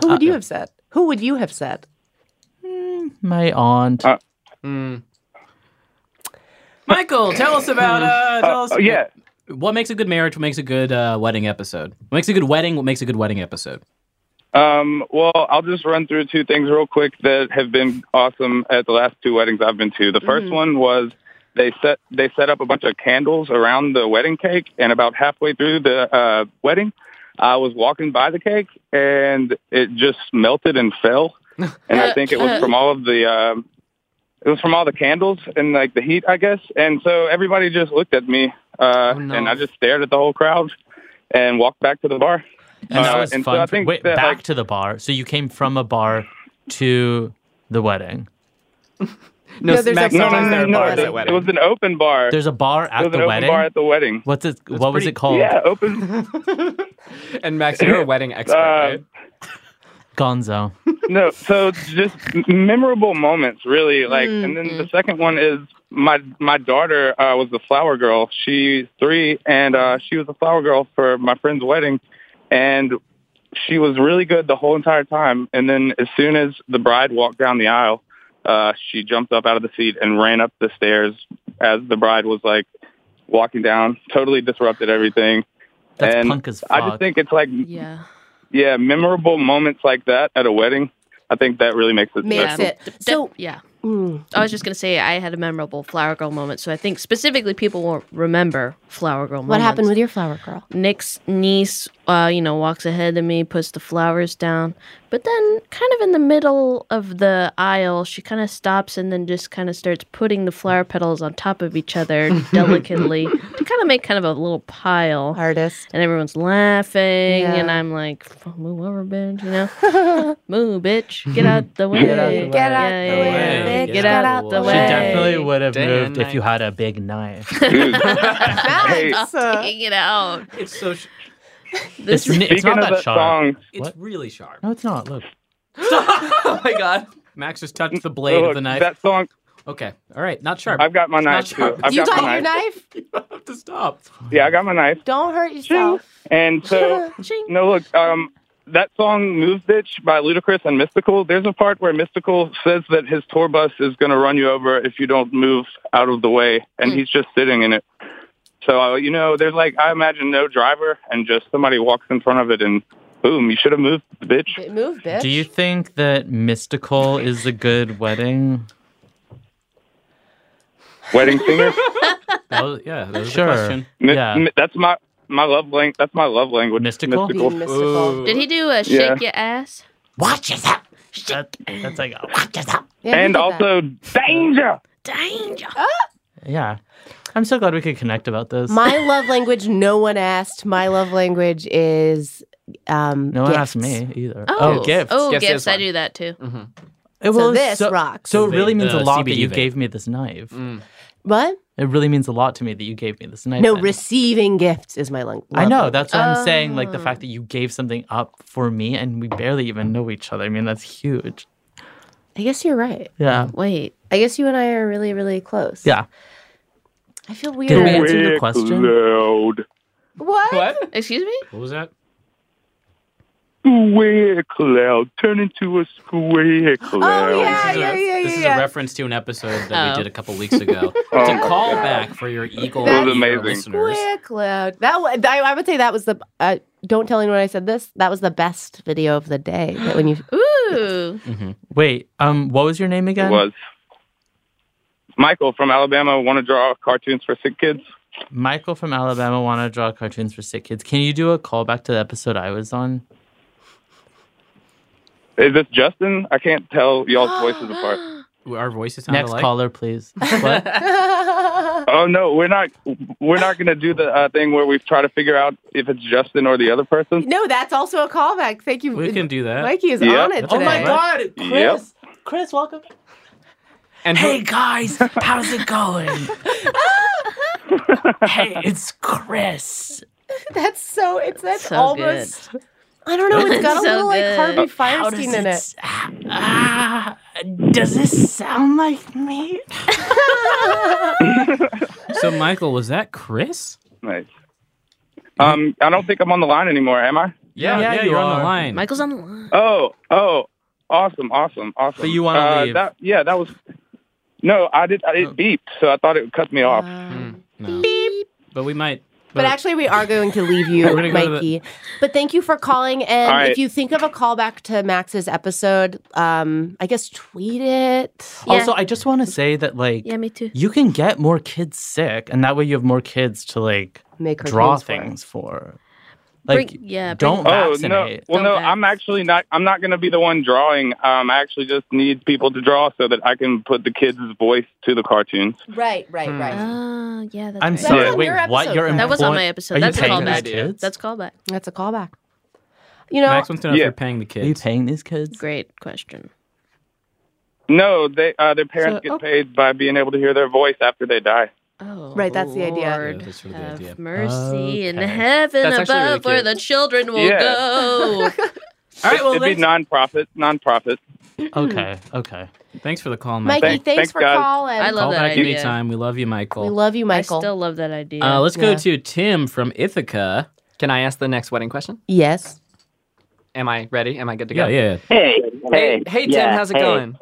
[SPEAKER 2] Who
[SPEAKER 5] Uh,
[SPEAKER 2] would you have said? Who would you have said?
[SPEAKER 5] my aunt.
[SPEAKER 8] Uh,
[SPEAKER 3] Mm.
[SPEAKER 1] Michael, tell us about uh, tell us
[SPEAKER 8] Oh, yeah.
[SPEAKER 1] what makes a good marriage. What makes a good uh, wedding episode? What makes a good wedding? What makes a good wedding episode?
[SPEAKER 8] Um, well, I'll just run through two things real quick that have been awesome at the last two weddings I've been to. The 1st
[SPEAKER 5] Mm-hmm.
[SPEAKER 8] one was they set they set up a bunch of candles around the wedding cake, and about halfway through the uh, wedding, I was walking by the cake, and it just melted and fell. And I think it was from all of the um, it was from all the candles and like the heat, I guess. And so everybody just looked at me, uh,
[SPEAKER 6] Oh, no.
[SPEAKER 8] and I just stared at the whole crowd and walked back to the bar.
[SPEAKER 5] And that
[SPEAKER 8] Uh,
[SPEAKER 5] was
[SPEAKER 8] and so
[SPEAKER 5] fun.
[SPEAKER 8] I
[SPEAKER 5] for-
[SPEAKER 8] think
[SPEAKER 5] Wait,
[SPEAKER 8] that,
[SPEAKER 5] back
[SPEAKER 8] like-
[SPEAKER 5] to the bar. So you came from a bar to the wedding.
[SPEAKER 6] No,
[SPEAKER 2] there's a
[SPEAKER 6] Max,
[SPEAKER 8] No,
[SPEAKER 2] bar
[SPEAKER 6] sometimes
[SPEAKER 8] no,
[SPEAKER 6] there
[SPEAKER 8] no,
[SPEAKER 6] are
[SPEAKER 2] at the
[SPEAKER 8] no. It, it
[SPEAKER 2] wedding.
[SPEAKER 6] bars at weddings.
[SPEAKER 8] was an open bar.
[SPEAKER 5] There's a bar
[SPEAKER 8] it
[SPEAKER 5] at
[SPEAKER 8] was an
[SPEAKER 5] the
[SPEAKER 8] open
[SPEAKER 5] wedding.
[SPEAKER 8] bar at the wedding.
[SPEAKER 5] What's it? what was
[SPEAKER 6] pretty-
[SPEAKER 5] it called?
[SPEAKER 8] Yeah, open.
[SPEAKER 6] And Max, you're a wedding expert,
[SPEAKER 8] Uh,
[SPEAKER 6] right?
[SPEAKER 5] Gonzo.
[SPEAKER 8] no, so just memorable moments, really. Like, and then the second one is my my daughter uh, was the flower girl. She's three, and uh, she was the flower girl for my friend's wedding, and she was really good the whole entire time. And then as soon as the bride walked down the aisle, uh, she jumped up out of the seat and ran up the stairs as the bride was like walking down. Totally disrupted everything.
[SPEAKER 5] That's
[SPEAKER 8] and
[SPEAKER 5] punk as fuck.
[SPEAKER 8] I just think it's like
[SPEAKER 3] yeah.
[SPEAKER 8] Yeah, memorable moments like that at a wedding. I think that really makes it.
[SPEAKER 2] Makes
[SPEAKER 8] special.
[SPEAKER 2] it. So,
[SPEAKER 3] yeah.
[SPEAKER 2] mm,
[SPEAKER 3] I was just gonna say I had a memorable flower girl moment, so I think specifically people won't remember flower girl.
[SPEAKER 2] what happened with your flower girl?
[SPEAKER 3] Nick's niece? Uh, you know, walks ahead of me, puts the flowers down, but then kind of in the middle of the aisle, she kind of stops and then just kind of starts putting the flower petals on top of each other delicately to kind kind of make kind of a little pile.
[SPEAKER 2] Artist.
[SPEAKER 3] And everyone's laughing,
[SPEAKER 2] Yeah.
[SPEAKER 3] and I'm like, "F- move over, bitch, you know? move, bitch. Get out the way.
[SPEAKER 5] Get out the
[SPEAKER 2] Get out
[SPEAKER 3] Yeah,
[SPEAKER 2] the
[SPEAKER 3] yeah,
[SPEAKER 2] way,
[SPEAKER 3] yeah.
[SPEAKER 2] bitch.
[SPEAKER 3] Get out the
[SPEAKER 5] She
[SPEAKER 3] way.
[SPEAKER 5] definitely would have
[SPEAKER 6] Dan,
[SPEAKER 5] moved
[SPEAKER 6] I-
[SPEAKER 5] if you had a big knife.
[SPEAKER 8] Dude, hey,
[SPEAKER 3] Alex, Take it out.
[SPEAKER 1] It's so. Sh-
[SPEAKER 3] This
[SPEAKER 5] it's, it's
[SPEAKER 8] speaking
[SPEAKER 5] not
[SPEAKER 8] of
[SPEAKER 5] that
[SPEAKER 8] that
[SPEAKER 5] sharp.
[SPEAKER 8] song,
[SPEAKER 1] it's
[SPEAKER 5] What?
[SPEAKER 1] really sharp.
[SPEAKER 5] No, it's not. Look.
[SPEAKER 6] oh my god.
[SPEAKER 1] Max just touched the blade of
[SPEAKER 8] look,
[SPEAKER 1] the knife.
[SPEAKER 8] that song,
[SPEAKER 1] Okay. All right. Not sharp.
[SPEAKER 8] I've got my knife
[SPEAKER 1] sharp.
[SPEAKER 8] too. I've
[SPEAKER 2] You
[SPEAKER 8] got
[SPEAKER 2] got
[SPEAKER 8] my
[SPEAKER 2] your knife?
[SPEAKER 1] have to stop.
[SPEAKER 8] Yeah, I got my knife.
[SPEAKER 2] Don't hurt yourself.
[SPEAKER 8] And so, no, look, um, that song Move Bitch by Ludacris and Mystical, there's a part where Mystical says that his tour bus is going to run you over if you don't move out of the way, and
[SPEAKER 2] Hmm.
[SPEAKER 8] he's just sitting in it. So, uh, you know, there's like, I imagine no driver, and just somebody walks in front of it, and boom, you should have moved, bitch.
[SPEAKER 2] Bi- Move, bitch.
[SPEAKER 5] Do you think that mystical is a good wedding?
[SPEAKER 8] Wedding singer.
[SPEAKER 1] That was, yeah. That was
[SPEAKER 5] Sure.
[SPEAKER 1] the question.
[SPEAKER 8] Mi-
[SPEAKER 5] Yeah.
[SPEAKER 8] mi- that's my. My love language. That's my love language.
[SPEAKER 5] Mystical?
[SPEAKER 2] Be mystical.
[SPEAKER 3] Did he do a shake
[SPEAKER 8] Yeah.
[SPEAKER 3] your ass?
[SPEAKER 5] That, that's like,
[SPEAKER 2] Yeah, he did
[SPEAKER 8] And
[SPEAKER 2] that. Oh.
[SPEAKER 8] also danger.
[SPEAKER 3] Danger.
[SPEAKER 5] yeah. I'm so glad we could connect about this.
[SPEAKER 2] my love language, no one asked. My love language is. Um,
[SPEAKER 5] no one
[SPEAKER 2] gifts.
[SPEAKER 5] asked me either.
[SPEAKER 3] Oh,
[SPEAKER 5] gifts.
[SPEAKER 3] Oh,
[SPEAKER 6] Gifts
[SPEAKER 3] gifts.
[SPEAKER 6] is
[SPEAKER 3] I
[SPEAKER 6] one.
[SPEAKER 3] do that too.
[SPEAKER 1] Mm-hmm.
[SPEAKER 5] It
[SPEAKER 2] So
[SPEAKER 5] was
[SPEAKER 2] this rocks.
[SPEAKER 5] So it really
[SPEAKER 1] The-
[SPEAKER 5] means a
[SPEAKER 1] the
[SPEAKER 5] lot that
[SPEAKER 1] CBD
[SPEAKER 5] you
[SPEAKER 1] vape.
[SPEAKER 5] gave me this knife.
[SPEAKER 2] What?
[SPEAKER 5] It really means a lot to me that you gave me this knife.
[SPEAKER 2] No,
[SPEAKER 5] then.
[SPEAKER 2] receiving gifts is my lang- love
[SPEAKER 5] I know.
[SPEAKER 2] language.
[SPEAKER 5] That's what I'm saying. Like the
[SPEAKER 2] Oh.
[SPEAKER 5] fact that you gave something up for me, and we barely even know each other. I mean, that's huge.
[SPEAKER 2] I guess you're right.
[SPEAKER 5] Yeah.
[SPEAKER 3] Wait.
[SPEAKER 2] I guess you and I are really, really close.
[SPEAKER 5] Yeah.
[SPEAKER 2] I feel
[SPEAKER 5] Did we
[SPEAKER 2] weird.
[SPEAKER 5] answer your
[SPEAKER 8] Wick
[SPEAKER 5] question?
[SPEAKER 8] loud.
[SPEAKER 2] What?
[SPEAKER 6] What?
[SPEAKER 3] Excuse me?
[SPEAKER 1] What was that?
[SPEAKER 8] Square cloud. Turn into a square cloud.
[SPEAKER 2] Oh yeah,
[SPEAKER 1] This is
[SPEAKER 2] yeah,
[SPEAKER 1] a-
[SPEAKER 2] yeah,
[SPEAKER 1] This
[SPEAKER 2] yeah.
[SPEAKER 1] is
[SPEAKER 2] yeah.
[SPEAKER 1] a reference to an episode that
[SPEAKER 3] Oh.
[SPEAKER 1] we did a couple weeks ago.
[SPEAKER 8] Oh
[SPEAKER 1] it's a
[SPEAKER 8] my God.
[SPEAKER 1] callback for your eagle
[SPEAKER 8] That was
[SPEAKER 1] eager
[SPEAKER 8] amazing.
[SPEAKER 1] listeners.
[SPEAKER 2] Square cloud. That wa- I, I would say that was the. Uh, don't tell anyone I said this. That was the best video of the day. That when you
[SPEAKER 3] Ooh.
[SPEAKER 5] Mm-hmm. Wait. Um. What was your name
[SPEAKER 8] It
[SPEAKER 5] again?
[SPEAKER 8] was. Michael from Alabama want to draw cartoons for sick kids.
[SPEAKER 5] Michael from Alabama want to draw cartoons for sick kids. Can you do a callback to the episode I was on?
[SPEAKER 8] Is this Justin? I can't tell y'all's voices apart.
[SPEAKER 1] Our voices sound
[SPEAKER 5] Next
[SPEAKER 1] alike.
[SPEAKER 5] caller, please. What?
[SPEAKER 8] Oh no, we're not. We're not going to do the uh, thing where we try to figure out if it's Justin or the other person.
[SPEAKER 2] no, that's also a callback. Thank you.
[SPEAKER 1] We can do that.
[SPEAKER 2] Mikey is
[SPEAKER 8] Yeah.
[SPEAKER 2] on it today.
[SPEAKER 1] Oh my God.
[SPEAKER 8] Yep.
[SPEAKER 5] Chris, welcome.
[SPEAKER 6] And
[SPEAKER 4] Hey guys, how's it going? hey, it's Chris.
[SPEAKER 2] That's so. It's that's
[SPEAKER 3] So
[SPEAKER 2] almost. I don't know. It's got a
[SPEAKER 3] So
[SPEAKER 2] little
[SPEAKER 3] good.
[SPEAKER 2] like Harvey
[SPEAKER 4] How does
[SPEAKER 2] Firestein in
[SPEAKER 4] it?
[SPEAKER 2] it.
[SPEAKER 4] s- Ah, does this sound like me?
[SPEAKER 1] So, Michael, was that Chris?
[SPEAKER 8] Nice. Um, I don't think I'm on the line anymore, am I?
[SPEAKER 1] Yeah, yeah,
[SPEAKER 5] you
[SPEAKER 1] you're on
[SPEAKER 5] are.
[SPEAKER 1] the line.
[SPEAKER 3] Michael's on the line.
[SPEAKER 8] Oh, oh, awesome, awesome, awesome.
[SPEAKER 5] But you wanna
[SPEAKER 8] uh,
[SPEAKER 5] leave. Oh.
[SPEAKER 8] That, yeah, that was. No, I did. I, it beeped, so I thought it would cut me off.
[SPEAKER 3] Um,
[SPEAKER 5] Hmm,
[SPEAKER 1] No. But we might.
[SPEAKER 2] But actually, we are going to leave you,
[SPEAKER 1] gonna go to the-
[SPEAKER 2] Mikey. But thank you for calling. And
[SPEAKER 8] All right.
[SPEAKER 2] if you think of a callback to Max's episode, um, I guess tweet it.
[SPEAKER 3] Yeah.
[SPEAKER 5] Also, I just want to say that like
[SPEAKER 3] Yeah, me too.
[SPEAKER 5] you can get more kids sick, and that way you have more kids to like
[SPEAKER 2] Make her
[SPEAKER 5] draw things for. Like,
[SPEAKER 3] Bring- yeah, bring-
[SPEAKER 5] don't
[SPEAKER 8] Oh no!
[SPEAKER 5] vaccinate.
[SPEAKER 8] Well,
[SPEAKER 3] Don't
[SPEAKER 8] no,
[SPEAKER 3] vax.
[SPEAKER 8] I'm actually not. I'm not going to be the one drawing. Um, I actually just need people to draw so that I can put the kids' voice to the cartoons.
[SPEAKER 2] Right, right, right.
[SPEAKER 3] Oh, yeah. That's
[SPEAKER 5] Hmm. I'm
[SPEAKER 3] right.
[SPEAKER 5] sorry.
[SPEAKER 2] on
[SPEAKER 5] Wait,
[SPEAKER 2] your
[SPEAKER 5] what?
[SPEAKER 2] episode,
[SPEAKER 5] Your
[SPEAKER 2] Claire.
[SPEAKER 3] That was on my
[SPEAKER 5] Are
[SPEAKER 3] episode.
[SPEAKER 5] you
[SPEAKER 3] That's a
[SPEAKER 5] paying these
[SPEAKER 3] callback.
[SPEAKER 5] kids?
[SPEAKER 3] That's callback.
[SPEAKER 2] That's a callback. You know,
[SPEAKER 1] Max wants to know
[SPEAKER 8] Yeah.
[SPEAKER 1] if you're paying the
[SPEAKER 5] Are you
[SPEAKER 1] kids.
[SPEAKER 5] paying these kids?
[SPEAKER 3] Great question.
[SPEAKER 8] No, they uh, their parents
[SPEAKER 5] So,
[SPEAKER 8] get
[SPEAKER 5] okay.
[SPEAKER 8] paid by being able to hear their voice after they die.
[SPEAKER 3] Oh,
[SPEAKER 2] Right, that's the idea.
[SPEAKER 3] Lord,
[SPEAKER 1] Yeah, that's sort of the
[SPEAKER 3] have
[SPEAKER 1] idea.
[SPEAKER 3] mercy in
[SPEAKER 5] Okay.
[SPEAKER 3] heaven
[SPEAKER 6] That's actually
[SPEAKER 3] above,
[SPEAKER 6] really
[SPEAKER 3] where
[SPEAKER 6] cute.
[SPEAKER 3] Uh, the children will
[SPEAKER 8] Yeah.
[SPEAKER 3] go.
[SPEAKER 1] All right, well,
[SPEAKER 8] It'd be
[SPEAKER 1] thanks,
[SPEAKER 8] nonprofit, nonprofit.
[SPEAKER 5] Okay, okay.
[SPEAKER 1] thanks for the call,
[SPEAKER 2] Mikey,
[SPEAKER 1] Michael.
[SPEAKER 8] Thank-
[SPEAKER 2] thanks,
[SPEAKER 8] thanks,
[SPEAKER 2] for
[SPEAKER 8] guys.
[SPEAKER 2] calling.
[SPEAKER 3] I love
[SPEAKER 1] Call
[SPEAKER 3] that
[SPEAKER 1] back
[SPEAKER 3] idea.
[SPEAKER 1] anytime. We love you, Michael.
[SPEAKER 2] we love you, Michael.
[SPEAKER 3] I still love that idea.
[SPEAKER 1] uh, let's go
[SPEAKER 2] Yeah.
[SPEAKER 1] to Tim from Ithaca.
[SPEAKER 6] Can I ask the next wedding question?
[SPEAKER 2] yes.
[SPEAKER 6] Am I ready? Am I good to
[SPEAKER 1] Yeah,
[SPEAKER 6] go?
[SPEAKER 1] yeah.
[SPEAKER 9] Hey,
[SPEAKER 6] Hey, hey, Tim,
[SPEAKER 9] yeah,
[SPEAKER 6] how's it
[SPEAKER 9] hey.
[SPEAKER 6] going?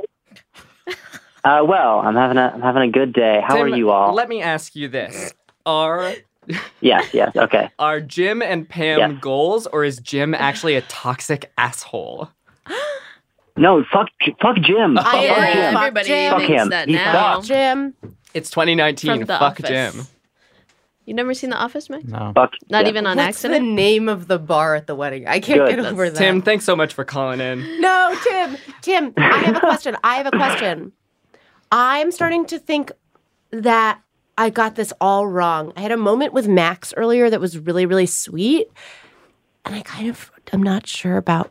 [SPEAKER 9] Uh, well, I'm having a I'm having a good day. How
[SPEAKER 6] Tim,
[SPEAKER 9] are you all?
[SPEAKER 6] Let me ask you this: Are
[SPEAKER 9] yes, yes, okay.
[SPEAKER 6] are Jim and Pam
[SPEAKER 9] Yeah.
[SPEAKER 6] goals, or is Jim actually a toxic asshole?
[SPEAKER 9] No, fuck, fuck Jim.
[SPEAKER 2] I
[SPEAKER 9] fuck
[SPEAKER 3] yeah,
[SPEAKER 9] Jim.
[SPEAKER 3] everybody
[SPEAKER 2] Fuck
[SPEAKER 3] thinks
[SPEAKER 9] him.
[SPEAKER 3] that
[SPEAKER 9] He
[SPEAKER 3] now.
[SPEAKER 2] Jim.
[SPEAKER 6] It's
[SPEAKER 3] From
[SPEAKER 6] 2019.
[SPEAKER 3] the
[SPEAKER 6] Fuck
[SPEAKER 3] office.
[SPEAKER 6] Jim.
[SPEAKER 3] You never seen The Office, Max?
[SPEAKER 5] No.
[SPEAKER 9] Fuck
[SPEAKER 3] Not
[SPEAKER 9] Jim.
[SPEAKER 3] even on
[SPEAKER 2] What's
[SPEAKER 3] accident.
[SPEAKER 2] the name of the bar at the wedding? I can't
[SPEAKER 9] Good.
[SPEAKER 2] get over that.
[SPEAKER 6] Tim, thanks so much for calling in.
[SPEAKER 2] No, Tim. Tim, I have a question. I have a question. I'm starting to think that I got this all wrong. I had a moment with Max earlier that was really, really sweet. And I kind of, I'm not sure about,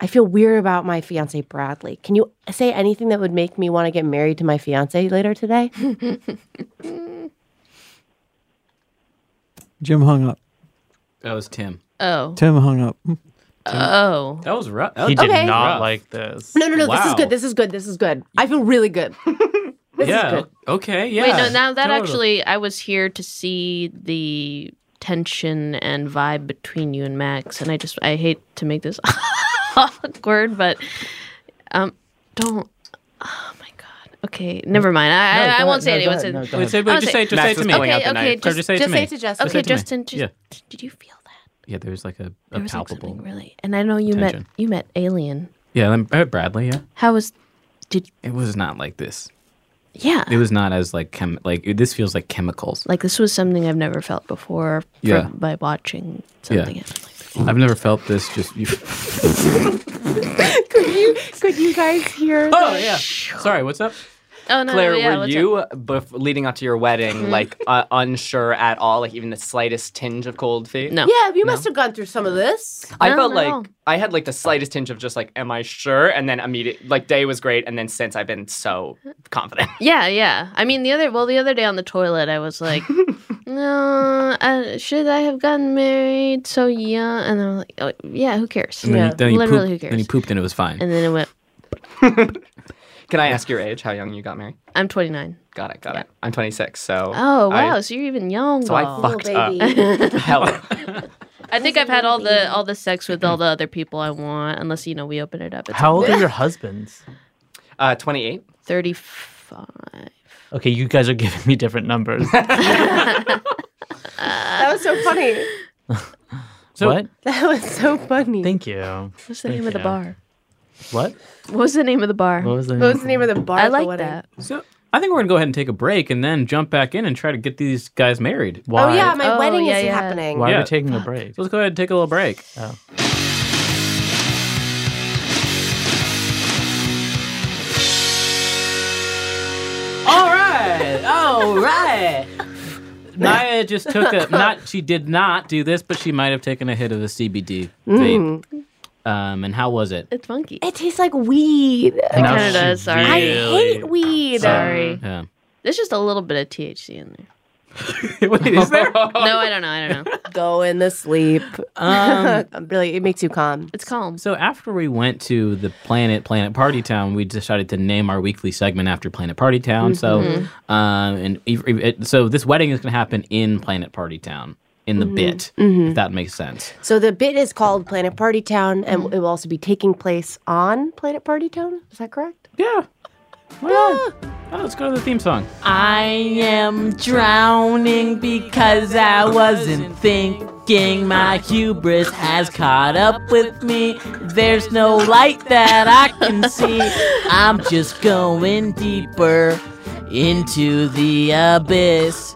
[SPEAKER 2] I feel weird about my fiance, Bradley. Can you say anything that would make me want to get married to my fiance later today?
[SPEAKER 7] Jim hung up.
[SPEAKER 1] That was Tim.
[SPEAKER 3] Oh.
[SPEAKER 7] Tim hung up.
[SPEAKER 2] Uh.
[SPEAKER 3] Oh.
[SPEAKER 1] That was rough.
[SPEAKER 5] He did
[SPEAKER 2] Okay.
[SPEAKER 5] not
[SPEAKER 2] Rough.
[SPEAKER 5] like this.
[SPEAKER 2] no, no, no. This is good. This is good. This is good. I feel really good. This
[SPEAKER 1] yeah.
[SPEAKER 2] is good.
[SPEAKER 1] Okay. Yeah.
[SPEAKER 3] Wait, no, now that
[SPEAKER 1] Totally.
[SPEAKER 3] actually, I was here to see the tension and vibe between you and Max, and I just, I hate to make this awkward, but um, don't. Oh my god. Okay, never mind. I,
[SPEAKER 1] No,
[SPEAKER 3] I, I
[SPEAKER 1] go
[SPEAKER 3] won't
[SPEAKER 1] ahead.
[SPEAKER 3] say
[SPEAKER 1] No,
[SPEAKER 3] it.
[SPEAKER 1] go
[SPEAKER 3] anyone.
[SPEAKER 1] ahead.
[SPEAKER 3] Say,
[SPEAKER 1] No, go Wait, ahead. say- wait,
[SPEAKER 3] I'll
[SPEAKER 1] just say it- just say it
[SPEAKER 3] okay,
[SPEAKER 1] to me.
[SPEAKER 3] Oh, Okay,
[SPEAKER 1] Just-
[SPEAKER 3] okay,
[SPEAKER 1] just say it to
[SPEAKER 3] just
[SPEAKER 1] me.
[SPEAKER 3] say it to Justin.
[SPEAKER 1] Just say
[SPEAKER 3] Okay,
[SPEAKER 1] it to me.
[SPEAKER 3] Justin. Just,
[SPEAKER 1] Yeah.
[SPEAKER 3] Did you feel that?
[SPEAKER 1] Yeah, there's like a, a
[SPEAKER 3] There was like
[SPEAKER 1] palpable.
[SPEAKER 3] something really. And I know you
[SPEAKER 1] tension.
[SPEAKER 3] met you met Alien.
[SPEAKER 1] yeah, and I met Bradley. Yeah,
[SPEAKER 3] How was? Did
[SPEAKER 1] it was not like this.
[SPEAKER 3] yeah.
[SPEAKER 1] It was not as like chem. Like it- this feels like chemicals.
[SPEAKER 3] Like this was something I've never felt before. from-
[SPEAKER 1] Yeah.
[SPEAKER 3] By watching something.
[SPEAKER 1] yeah.
[SPEAKER 3] else.
[SPEAKER 1] I've never felt this. Just you.
[SPEAKER 2] Could you could you guys hear?
[SPEAKER 6] Oh
[SPEAKER 2] that?
[SPEAKER 6] yeah.
[SPEAKER 1] Sorry, what's up?
[SPEAKER 3] Oh no.
[SPEAKER 6] Claire,
[SPEAKER 3] no, yeah,
[SPEAKER 6] were
[SPEAKER 3] what's
[SPEAKER 6] you bef- leading up to your wedding
[SPEAKER 3] Mhm.
[SPEAKER 6] like uh, unsure at all, like even the slightest tinge of cold feet?
[SPEAKER 3] No.
[SPEAKER 2] Yeah, you
[SPEAKER 6] No.
[SPEAKER 2] must have gone through some of this.
[SPEAKER 6] I
[SPEAKER 3] No,
[SPEAKER 6] felt
[SPEAKER 3] not at
[SPEAKER 6] like
[SPEAKER 3] all.
[SPEAKER 6] I had like the slightest tinge of just like, am I sure? And then immediate, like day was great, and then since I've been so confident.
[SPEAKER 3] Yeah, yeah. I mean, the other well, the other day on the toilet, I was like, "No, I, should I have gotten married so young?" And I'm like, "Oh, yeah, who cares?
[SPEAKER 1] And then
[SPEAKER 3] yeah,
[SPEAKER 1] you, then you
[SPEAKER 3] literally,
[SPEAKER 1] pooped,
[SPEAKER 3] who
[SPEAKER 1] Then you
[SPEAKER 3] cares?"
[SPEAKER 1] pooped and it was fine.
[SPEAKER 3] And then it went,
[SPEAKER 6] Can I ask your age? How young you got married?
[SPEAKER 3] "I'm 29."
[SPEAKER 6] Got it. Got it. I'm 26, so
[SPEAKER 3] Oh
[SPEAKER 6] I-
[SPEAKER 3] wow, so you're even young.
[SPEAKER 6] so I
[SPEAKER 2] Oh,
[SPEAKER 3] though.
[SPEAKER 6] fucked up. Hell,
[SPEAKER 3] I think I've had all the all the sex with all the other people I want, unless you know we open it up. It's
[SPEAKER 5] How old
[SPEAKER 3] like
[SPEAKER 5] are your husbands?
[SPEAKER 6] uh, 28.
[SPEAKER 3] 35.
[SPEAKER 5] Okay, you guys are giving me different numbers.
[SPEAKER 2] That was so funny.
[SPEAKER 5] what?
[SPEAKER 2] That was so funny.
[SPEAKER 5] Thank you.
[SPEAKER 3] What's the name of the
[SPEAKER 5] Yeah.
[SPEAKER 3] bar?
[SPEAKER 5] What?
[SPEAKER 3] What was the name of the bar?
[SPEAKER 5] What was the
[SPEAKER 2] What was the name of the bar?
[SPEAKER 3] I
[SPEAKER 2] at the
[SPEAKER 3] like
[SPEAKER 2] wedding?
[SPEAKER 3] that.
[SPEAKER 1] So I think we're gonna go ahead and take a break and then jump back in and try to get these guys married. So
[SPEAKER 5] Why?
[SPEAKER 2] Oh yeah, my
[SPEAKER 3] Oh,
[SPEAKER 2] wedding
[SPEAKER 3] yeah,
[SPEAKER 2] is
[SPEAKER 3] yeah.
[SPEAKER 2] happening.
[SPEAKER 5] Why are
[SPEAKER 1] Yeah.
[SPEAKER 5] we taking a break?
[SPEAKER 1] let's go ahead and take a little break.
[SPEAKER 5] Oh.
[SPEAKER 1] All right. All right. Maya just took a not. She did not do this, but she might have taken a hit of the CBD vape. Um, and how was it?
[SPEAKER 3] It's funky.
[SPEAKER 2] Mm. It tastes like weed.
[SPEAKER 5] And now
[SPEAKER 3] kinda
[SPEAKER 5] she
[SPEAKER 3] does, sorry.
[SPEAKER 2] I
[SPEAKER 5] really-
[SPEAKER 2] hate
[SPEAKER 3] Oh,
[SPEAKER 2] weed.
[SPEAKER 3] Sorry,
[SPEAKER 1] Yeah.
[SPEAKER 3] there's just a little bit of THC in there.
[SPEAKER 1] Wait, is there?
[SPEAKER 3] No, I don't know. I don't know.
[SPEAKER 2] Go in the sleep.
[SPEAKER 1] Um,
[SPEAKER 2] really, it makes you calm.
[SPEAKER 3] It's calm.
[SPEAKER 1] So after we went to the Planet Planet Party Town, we decided to name our weekly segment after Planet Party Town.
[SPEAKER 2] Mm-hmm.
[SPEAKER 1] So, um, and ev- ev- it- so this wedding is going to happen in Planet Party Town in
[SPEAKER 2] Mm-hmm.
[SPEAKER 1] the bit, if that makes sense.
[SPEAKER 2] So the bit is called Planet Party Town, and
[SPEAKER 3] Mm.
[SPEAKER 2] it will also be taking place on Planet Party Town. Is that correct?
[SPEAKER 1] Yeah. Well, oh, let's go to the theme song.
[SPEAKER 10] I am drowning because I wasn't thinking. My hubris has caught up with me. There's no light that I can see. I'm just going deeper into the abyss.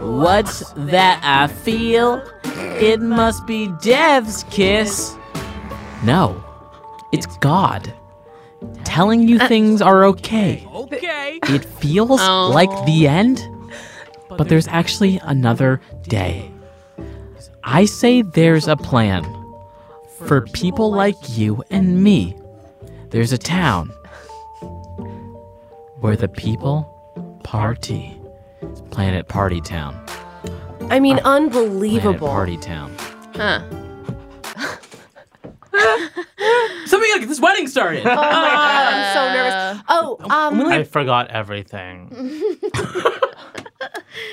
[SPEAKER 10] What's that I feel? It must be Dev's kiss. No, it's God telling you things are okay. It feels
[SPEAKER 3] Oh.
[SPEAKER 10] like the end, but there's actually another day. I say there's a plan for people like you and me. There's a town where the people party. It's Planet Party Town.
[SPEAKER 2] I mean,
[SPEAKER 10] Planet
[SPEAKER 2] unbelievable.
[SPEAKER 10] Party Town.
[SPEAKER 3] Huh.
[SPEAKER 1] Something like this wedding started.
[SPEAKER 2] Oh my god, I'm so nervous. Oh, um,
[SPEAKER 5] I forgot everything.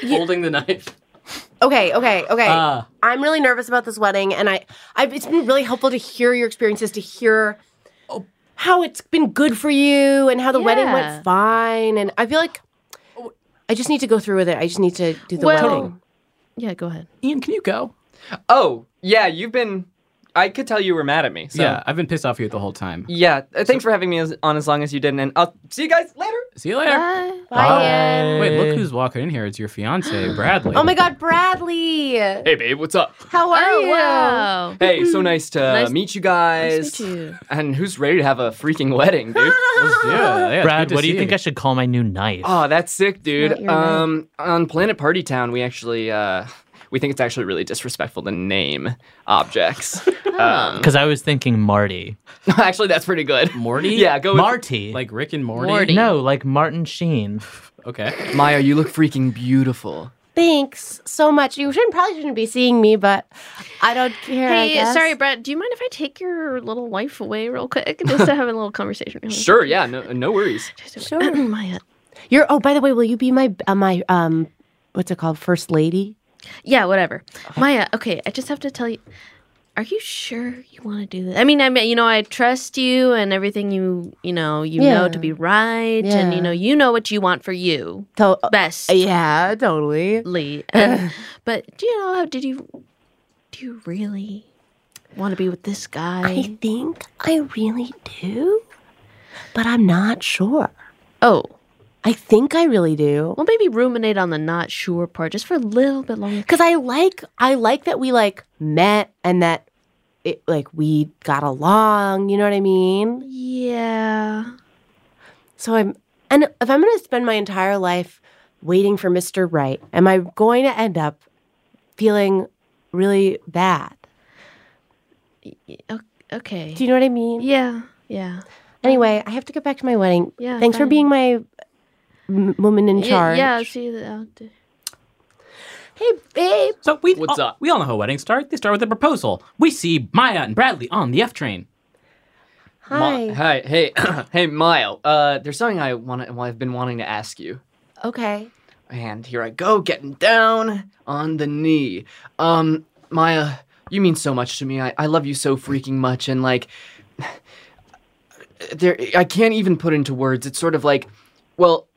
[SPEAKER 1] Holding the knife.
[SPEAKER 2] okay, okay, okay.
[SPEAKER 3] Ah.
[SPEAKER 1] Uh,
[SPEAKER 2] I'm really nervous about this wedding, and I, I've, it's been really helpful to hear your experiences, to hear how it's been good for you, and how the wedding
[SPEAKER 3] Oh. Yeah. Oh.
[SPEAKER 2] went fine. And I feel like I just need to go through with it. I just need to do the
[SPEAKER 3] Well-
[SPEAKER 2] wedding.
[SPEAKER 3] Yeah, go ahead.
[SPEAKER 1] Ian, can you go?
[SPEAKER 6] Oh, yeah, you've been I could tell you were mad at me. So.
[SPEAKER 1] Yeah, I've been pissed off at you the whole time.
[SPEAKER 6] Yeah. uh, Thanks for having me as, on as long as you didn't. And I'll see you guys later.
[SPEAKER 1] See you later.
[SPEAKER 3] Uh,
[SPEAKER 1] Bye. Wait, look who's walking in here. It's your fiance, Bradley.
[SPEAKER 2] Oh my God, Bradley!
[SPEAKER 6] Hey, babe, what's up?
[SPEAKER 2] How are
[SPEAKER 3] Oh,
[SPEAKER 2] you?
[SPEAKER 6] Hey, so nice to meet you guys.
[SPEAKER 2] Nice to meet you.
[SPEAKER 6] And who's ready to have a freaking wedding, dude?
[SPEAKER 5] Brad, what do you think I should call my new knife?
[SPEAKER 6] Oh, that's sick,
[SPEAKER 5] not
[SPEAKER 6] dude.
[SPEAKER 5] your name.
[SPEAKER 6] Um, on Planet Party Town, we actually uh, we think it's actually really disrespectful to name objects. um,
[SPEAKER 5] Because I was thinking Marty.
[SPEAKER 6] actually, that's pretty good.
[SPEAKER 1] Morty.
[SPEAKER 6] Yeah, go with,
[SPEAKER 5] Marty.
[SPEAKER 1] Like Rick and Morty.
[SPEAKER 5] No, like Martin Sheen.
[SPEAKER 1] okay.
[SPEAKER 6] Maya, you look freaking beautiful.
[SPEAKER 2] Thanks so much. You shouldn't probably shouldn't be seeing me, but I don't care. I
[SPEAKER 3] Hey,
[SPEAKER 2] guess.
[SPEAKER 3] sorry, Brett. Do you mind if I take your little wife away real quick just to have a little conversation? Really
[SPEAKER 6] Sure, yeah, no, no worries.
[SPEAKER 3] Sure, Maya.
[SPEAKER 2] You're. Oh, by the way, will you be my uh, my um, what's it called, first lady?
[SPEAKER 3] Yeah, whatever. Maya, okay, I just have to tell you. Are you sure you want to do this? I mean, I mean, you know, I trust you and everything you, you know, you know to
[SPEAKER 2] Yeah.
[SPEAKER 3] be right, and
[SPEAKER 2] Yeah.
[SPEAKER 3] you know, you know what you want for you.
[SPEAKER 2] To-
[SPEAKER 3] Best,
[SPEAKER 2] uh, yeah, totally.
[SPEAKER 3] Lee. And- but do you know? how- Did you do you really want to be with this guy?
[SPEAKER 2] I think I really do, but I'm not sure.
[SPEAKER 3] Oh,
[SPEAKER 2] I think I really do.
[SPEAKER 3] Well, maybe ruminate on the not sure part just for a little bit longer.
[SPEAKER 2] Cause I like I like that we like met and that it like we got along. You know what I mean?
[SPEAKER 3] Yeah.
[SPEAKER 2] So I'm and if I'm gonna spend my entire life waiting for Mr. Right, am I going to end up feeling really bad?
[SPEAKER 3] Okay.
[SPEAKER 2] Do you know what I mean?
[SPEAKER 3] Yeah. Yeah.
[SPEAKER 2] Anyway, I have to get back to my wedding.
[SPEAKER 3] Yeah,
[SPEAKER 2] Thanks for
[SPEAKER 3] fine.
[SPEAKER 2] being my m- woman in
[SPEAKER 3] Y-
[SPEAKER 2] charge.
[SPEAKER 3] Yeah. See. the- I'll do-
[SPEAKER 2] Hey, babe.
[SPEAKER 1] So we
[SPEAKER 6] What's
[SPEAKER 1] all,
[SPEAKER 6] up?
[SPEAKER 1] We all know how weddings start. They start with a proposal. We see Maya and Bradley on the F train.
[SPEAKER 2] Hi.
[SPEAKER 6] Hi, hey, hey, Maya. Uh, there's something I want to, well, I've been wanting to ask you.
[SPEAKER 2] Okay.
[SPEAKER 6] And here I go, getting down on the knee. Um, Maya, you mean so much to me. I, I love you so freaking much, and like, there, I can't even put into words. It's sort of like, well,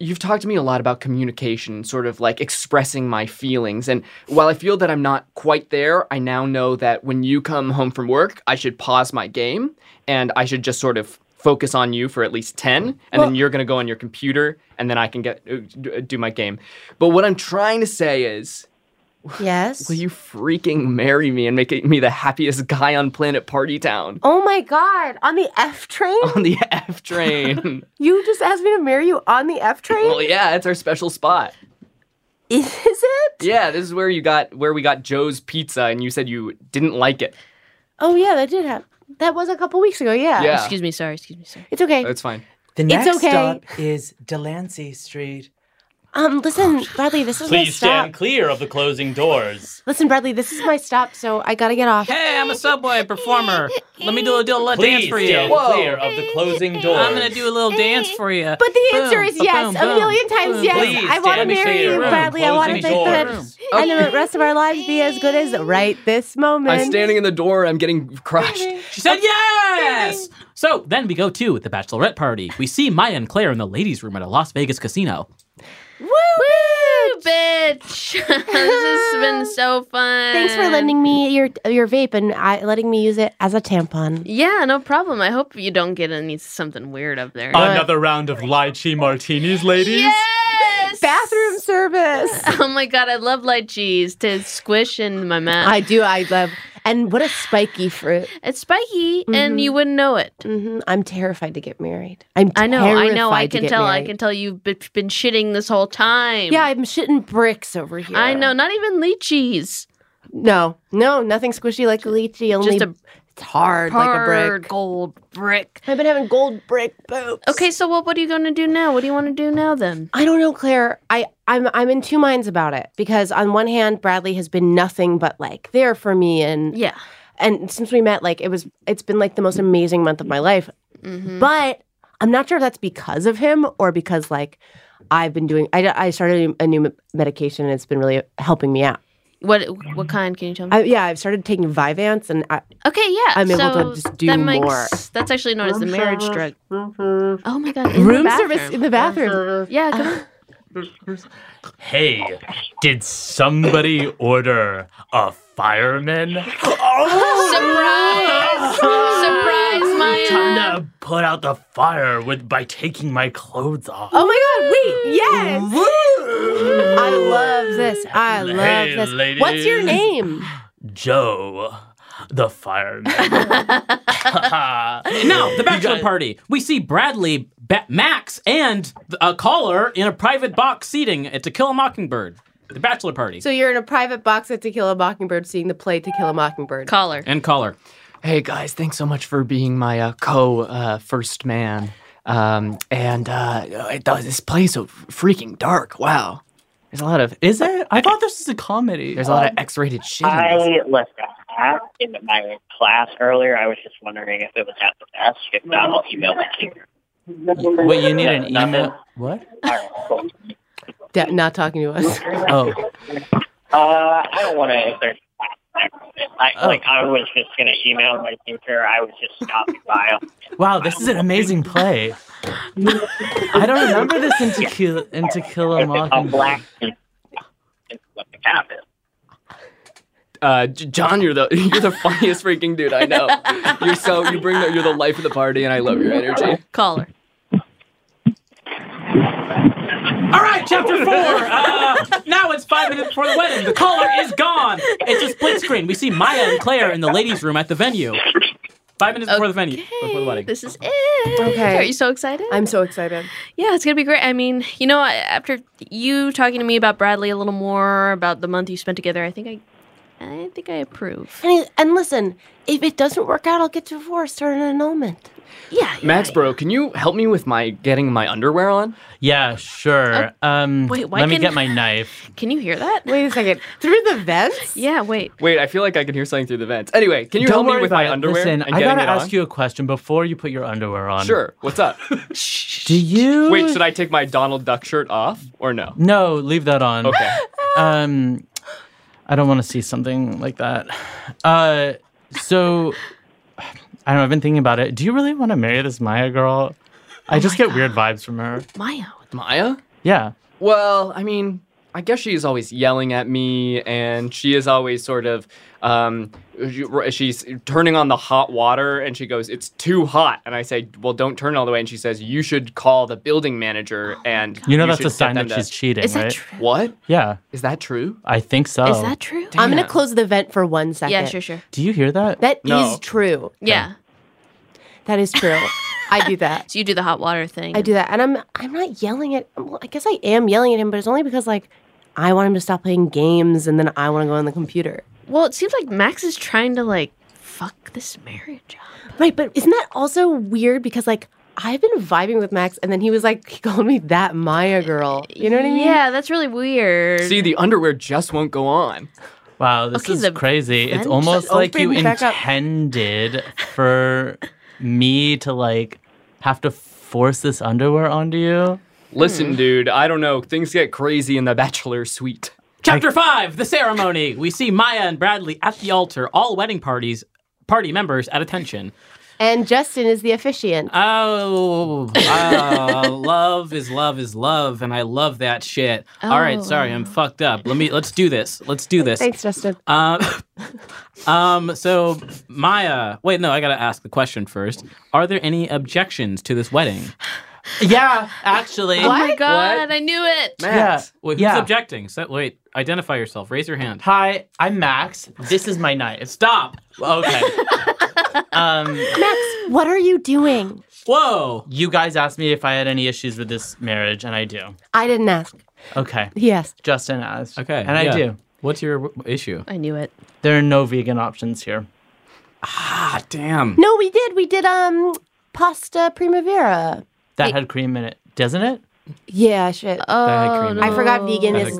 [SPEAKER 6] you've talked to me a lot about communication, sort of like expressing my feelings. And while I feel that I'm not quite there, I now know that when you come home from work, I should pause my game and I should just sort of focus on you for at least 10 and then you're going to go on your computer and then I can get uh, d- do my game. But what I'm trying to say is
[SPEAKER 2] Yes.
[SPEAKER 6] will you freaking marry me and make me the happiest guy on planet Party Town
[SPEAKER 2] Oh my God! On the F train?
[SPEAKER 6] on the F train?
[SPEAKER 2] You just asked me to marry you on the F train?
[SPEAKER 6] well, yeah, it's our special spot.
[SPEAKER 2] Is it?
[SPEAKER 6] Yeah, this is where you got where we got Joe's pizza, and you said you didn't like it.
[SPEAKER 2] Oh yeah, that did happen. That was a couple weeks ago. Yeah.
[SPEAKER 6] Yeah.
[SPEAKER 3] Excuse me. Sorry. Excuse me. Sorry.
[SPEAKER 2] It's okay.
[SPEAKER 6] That's fine.
[SPEAKER 4] The
[SPEAKER 2] It's
[SPEAKER 4] next
[SPEAKER 2] okay.
[SPEAKER 4] stop is Delancey Street.
[SPEAKER 2] Um, listen,
[SPEAKER 6] Oh,
[SPEAKER 2] Bradley, this is my
[SPEAKER 11] Please
[SPEAKER 2] stop.
[SPEAKER 11] stand clear of the closing doors.
[SPEAKER 2] Listen, Bradley, this is my stop, so I gotta get off.
[SPEAKER 1] Hey, I'm a subway performer. Let me do a little dance
[SPEAKER 11] Please
[SPEAKER 1] for you.
[SPEAKER 11] stand clear of the closing doors.
[SPEAKER 1] I'm gonna do a little dance for you.
[SPEAKER 2] But the
[SPEAKER 1] Boom,
[SPEAKER 2] answer is
[SPEAKER 1] ba-
[SPEAKER 2] yes,
[SPEAKER 1] boom,
[SPEAKER 2] a
[SPEAKER 1] boom,
[SPEAKER 2] million times
[SPEAKER 1] boom,
[SPEAKER 2] yes.
[SPEAKER 1] boom.
[SPEAKER 2] I want to marry you, Bradley. I want to
[SPEAKER 1] Closing
[SPEAKER 2] make the
[SPEAKER 1] doors.
[SPEAKER 2] and the rest of our lives be as good as right this moment.
[SPEAKER 6] I'm standing in the door. I'm getting crushed.
[SPEAKER 1] She said yes! So then we go to the bachelorette party. We see Maya and Claire in the ladies' room at a Las Vegas casino.
[SPEAKER 2] Woo!
[SPEAKER 3] Woo, bitch. this has been so fun.
[SPEAKER 2] Thanks for lending me your your vape and I, letting me use it as a tampon.
[SPEAKER 3] Yeah, no problem. I hope you don't get any something weird up there.
[SPEAKER 11] Another round of lychee martinis, ladies.
[SPEAKER 3] Yes.
[SPEAKER 2] Bathroom service.
[SPEAKER 3] Oh my god, I love lychees to squish in my mouth.
[SPEAKER 2] I do. I love. And what a spiky fruit.
[SPEAKER 3] It's spiky, and you wouldn't know it.
[SPEAKER 2] hmm I'm terrified to get married. I'm.
[SPEAKER 3] I know, I know, I
[SPEAKER 2] terrified to
[SPEAKER 3] can
[SPEAKER 2] get
[SPEAKER 3] tell. I
[SPEAKER 2] married.
[SPEAKER 3] can tell you've b- been shitting this whole time.
[SPEAKER 2] Yeah, I'm shitting bricks over here.
[SPEAKER 3] I know, not even lychees.
[SPEAKER 2] No, no, nothing squishy like a lychee. Only
[SPEAKER 3] a
[SPEAKER 2] it's hard like a
[SPEAKER 3] Hard
[SPEAKER 2] brick.
[SPEAKER 3] gold brick.
[SPEAKER 2] I've been having gold brick boobs.
[SPEAKER 3] Okay, so well, what are you going to do now? What do you want to do now then?
[SPEAKER 2] I don't know, Claire. I I'm I'm in two minds about it because on one hand, Bradley has been nothing but like there for me and
[SPEAKER 3] Yeah.
[SPEAKER 2] and since we met, like it was it's been like the most amazing month of my life.
[SPEAKER 3] Mhm.
[SPEAKER 2] But I'm not sure if that's because of him or because like I've been doing I I started a new me- medication and it's been really helping me out.
[SPEAKER 3] What what kind can you tell me?
[SPEAKER 2] I, yeah, I've started taking Vyvanse and I,
[SPEAKER 3] okay, yeah.
[SPEAKER 2] I'm able
[SPEAKER 3] so
[SPEAKER 2] to just do
[SPEAKER 3] that makes-
[SPEAKER 2] more.
[SPEAKER 3] That's actually known as the marriage drug. Oh my god, in the
[SPEAKER 2] room
[SPEAKER 3] bathroom.
[SPEAKER 2] service in the bathroom.
[SPEAKER 3] Yeah, go.
[SPEAKER 5] Hey, did somebody order a fireman?
[SPEAKER 3] Surprise! Surprise,
[SPEAKER 5] Time
[SPEAKER 3] Maya!
[SPEAKER 5] to put out the fire with by taking my clothes off.
[SPEAKER 2] Oh my god, wait, yes! I love this. I love
[SPEAKER 5] Hey,
[SPEAKER 2] this. What's your
[SPEAKER 5] ladies.
[SPEAKER 2] name?
[SPEAKER 5] Joe, the fireman.
[SPEAKER 1] no, the bachelor party. We see Bradley, ba- Max, and a caller in a private box seating at To Kill a Mockingbird. The bachelor party.
[SPEAKER 2] So you're in a private box at To Kill a Mockingbird seeing the play To Kill a Mockingbird.
[SPEAKER 3] Caller.
[SPEAKER 1] and caller.
[SPEAKER 6] Hey guys, thanks so much for being my uh, co uh, first man. Um, and uh, it does- this play is so freaking dark. Wow, there's a lot of is it? I thought this was a comedy. Um, There's a lot of X-rated
[SPEAKER 2] Oh,
[SPEAKER 6] shit. in
[SPEAKER 9] I
[SPEAKER 6] this.
[SPEAKER 9] left a hat in my class earlier. I was just wondering if it was at the desk. If not, I'll email my teacher.
[SPEAKER 5] Wait, you need an email? What?
[SPEAKER 2] De- not talking to us.
[SPEAKER 5] Oh.
[SPEAKER 9] Uh, I don't want to. If there's, I,
[SPEAKER 6] Oh.
[SPEAKER 9] like, I was just gonna email my teacher. I was just stopping by.
[SPEAKER 5] Wow, this is an amazing play. I don't remember this in Tequila, in Tequila Mockingbird.
[SPEAKER 9] What the cap is.
[SPEAKER 6] Uh, J- John, you're the you're the funniest freaking dude I know. You're so you bring the, you're the life of the party, and I love your energy.
[SPEAKER 3] Caller.
[SPEAKER 1] All right, chapter four. Uh, now it's five minutes before the wedding. The caller is gone. It's a split screen. We see Maya and Claire in the ladies' room at the venue. Five minutes before the venue, before the wedding.
[SPEAKER 3] This is it.
[SPEAKER 2] Okay.
[SPEAKER 3] Are you so excited?
[SPEAKER 2] I'm so excited.
[SPEAKER 3] Yeah, it's gonna be great. I mean, you know, I- after you talking to me about Bradley a little more about the month you spent together, I think I, I think I approve.
[SPEAKER 2] And, and listen, if it doesn't work out, I'll get divorced or an annulment.
[SPEAKER 6] Max, bro, can you help me with my getting my underwear on?
[SPEAKER 5] Yeah, sure. Um,
[SPEAKER 3] Oh, wait, why
[SPEAKER 5] let me
[SPEAKER 3] can-
[SPEAKER 5] get my knife.
[SPEAKER 3] Can you hear that?
[SPEAKER 2] Wait a second. Through the vents?
[SPEAKER 3] Yeah. Wait.
[SPEAKER 6] Wait, I feel like I can hear something through the vents. Anyway, can you
[SPEAKER 5] Don't
[SPEAKER 6] help me
[SPEAKER 5] worry
[SPEAKER 6] with
[SPEAKER 5] about
[SPEAKER 6] my
[SPEAKER 5] it.
[SPEAKER 6] underwear
[SPEAKER 5] Listen,
[SPEAKER 6] and
[SPEAKER 5] I
[SPEAKER 6] getting
[SPEAKER 5] gotta
[SPEAKER 6] it
[SPEAKER 5] ask
[SPEAKER 6] on?
[SPEAKER 5] you a question before you put your underwear on.
[SPEAKER 6] Sure. What's up?
[SPEAKER 5] Do you?
[SPEAKER 6] Wait, should I take my Donald Duck shirt off or no?
[SPEAKER 5] No, leave that on.
[SPEAKER 6] Okay.
[SPEAKER 5] Um, I don't want to see something like that. Uh, so I don't know. I've been thinking about it. Do you really want to marry this Maya girl? I just get weird vibes from her.
[SPEAKER 3] Oh Maya.
[SPEAKER 6] Maya?
[SPEAKER 5] Yeah.
[SPEAKER 6] Well, I mean, I guess she is always yelling at me, and she is always sort of, um, she's turning on the hot water, and she goes, "It's too hot," and I say, "Well, don't turn it all the way," and she says, "You should call the building manager." and
[SPEAKER 5] Oh You know that's
[SPEAKER 6] should
[SPEAKER 5] a
[SPEAKER 6] get
[SPEAKER 5] sign
[SPEAKER 6] them
[SPEAKER 5] that
[SPEAKER 6] to-
[SPEAKER 5] she's cheating,
[SPEAKER 3] Is that
[SPEAKER 5] right?
[SPEAKER 3] true?
[SPEAKER 6] What?
[SPEAKER 5] Yeah.
[SPEAKER 6] Is that true?
[SPEAKER 5] I think so.
[SPEAKER 3] Is that true?
[SPEAKER 2] I'm going to close the vent for one second.
[SPEAKER 3] Yeah. Sure. Sure.
[SPEAKER 5] Do you hear that?
[SPEAKER 2] That is
[SPEAKER 5] No.
[SPEAKER 2] true.
[SPEAKER 3] Yeah.
[SPEAKER 2] That is true. I do that.
[SPEAKER 3] So you do the hot water thing.
[SPEAKER 2] I do that, and I'm I'm not yelling at. Well, I guess I am yelling at him, but it's only because like I want him to stop playing games, and then I want to go on the computer.
[SPEAKER 3] Well, it seems like Max is trying to like fuck this marriage. up.
[SPEAKER 2] Right, but isn't that also weird? Because like I've been vibing with Max, and then he was like he called me that Maya girl. You know what I mean?
[SPEAKER 3] Yeah, that's really weird.
[SPEAKER 6] See, the underwear just won't go on.
[SPEAKER 5] Wow, this
[SPEAKER 3] Okay,
[SPEAKER 5] is
[SPEAKER 3] the
[SPEAKER 5] crazy. It's
[SPEAKER 3] vents
[SPEAKER 5] almost like you
[SPEAKER 2] opened back up.
[SPEAKER 5] intended for me to like have to force this underwear onto you.
[SPEAKER 6] Listen, dude, I don't know. Things get crazy in the bachelor suite.
[SPEAKER 1] Chapter five, the ceremony. We see Maya and Bradley at the altar. All wedding parties, party members at attention.
[SPEAKER 2] And Justin is the officiant.
[SPEAKER 1] Oh, uh, love is love is love, and I love that shit. All right, sorry, I'm fucked up. Let me let's do this. Let's do this.
[SPEAKER 2] Thanks, Justin.
[SPEAKER 1] Um, um. So Maya, wait, no, I gotta ask the question first. Are there any objections to this wedding?
[SPEAKER 5] Yeah, actually.
[SPEAKER 3] Oh my god, I knew it.
[SPEAKER 5] Max. Yeah.
[SPEAKER 1] Wait, who's
[SPEAKER 5] Yeah.
[SPEAKER 1] objecting? So, wait, identify yourself. Raise your hand.
[SPEAKER 5] Hi, I'm Max. This is my knife.
[SPEAKER 1] Stop.
[SPEAKER 5] Okay. um,
[SPEAKER 2] Max, what are you doing?
[SPEAKER 1] Whoa.
[SPEAKER 5] you guys asked me if I had any issues with this marriage, and I do.
[SPEAKER 2] I didn't ask.
[SPEAKER 5] Okay.
[SPEAKER 2] He asked.
[SPEAKER 5] Justin asked.
[SPEAKER 1] Okay.
[SPEAKER 5] And I
[SPEAKER 1] yeah.
[SPEAKER 5] do.
[SPEAKER 1] What's your w- issue?
[SPEAKER 3] I knew it.
[SPEAKER 5] There are no vegan options here.
[SPEAKER 1] Ah,
[SPEAKER 5] Hmm.
[SPEAKER 1] damn.
[SPEAKER 2] No, we did. We did um pasta primavera.
[SPEAKER 5] That had cream in it, doesn't it?
[SPEAKER 2] Yeah, shit.
[SPEAKER 1] Oh,
[SPEAKER 3] no.
[SPEAKER 2] I forgot vegan is.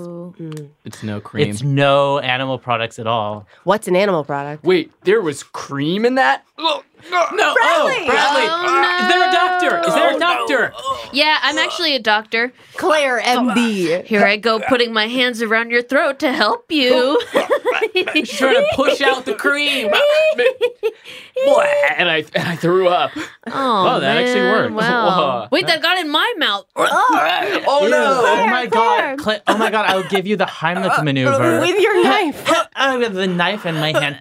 [SPEAKER 1] It's no cream.
[SPEAKER 5] It's no animal products at all.
[SPEAKER 2] What's an animal product?
[SPEAKER 6] Wait, there was cream in that? Look, no,
[SPEAKER 1] no, oh, Bradley. Is there a doctor? Is there a doctor?
[SPEAKER 3] Yeah, I'm actually a doctor.
[SPEAKER 2] Claire MD.
[SPEAKER 3] Here I go putting my hands around your throat to help you.
[SPEAKER 1] She's trying to push out the cream. and I and I threw up.
[SPEAKER 3] Oh,
[SPEAKER 1] Wow, that actually
[SPEAKER 3] man,
[SPEAKER 1] worked.
[SPEAKER 3] Wow.
[SPEAKER 1] Wow.
[SPEAKER 3] Wait, that got in my mouth. Oh,
[SPEAKER 5] Ew, Oh my god! Cla- oh my god! I'll give you the Heimlich maneuver
[SPEAKER 3] Uh, with your
[SPEAKER 5] knife. I have the knife in my hand.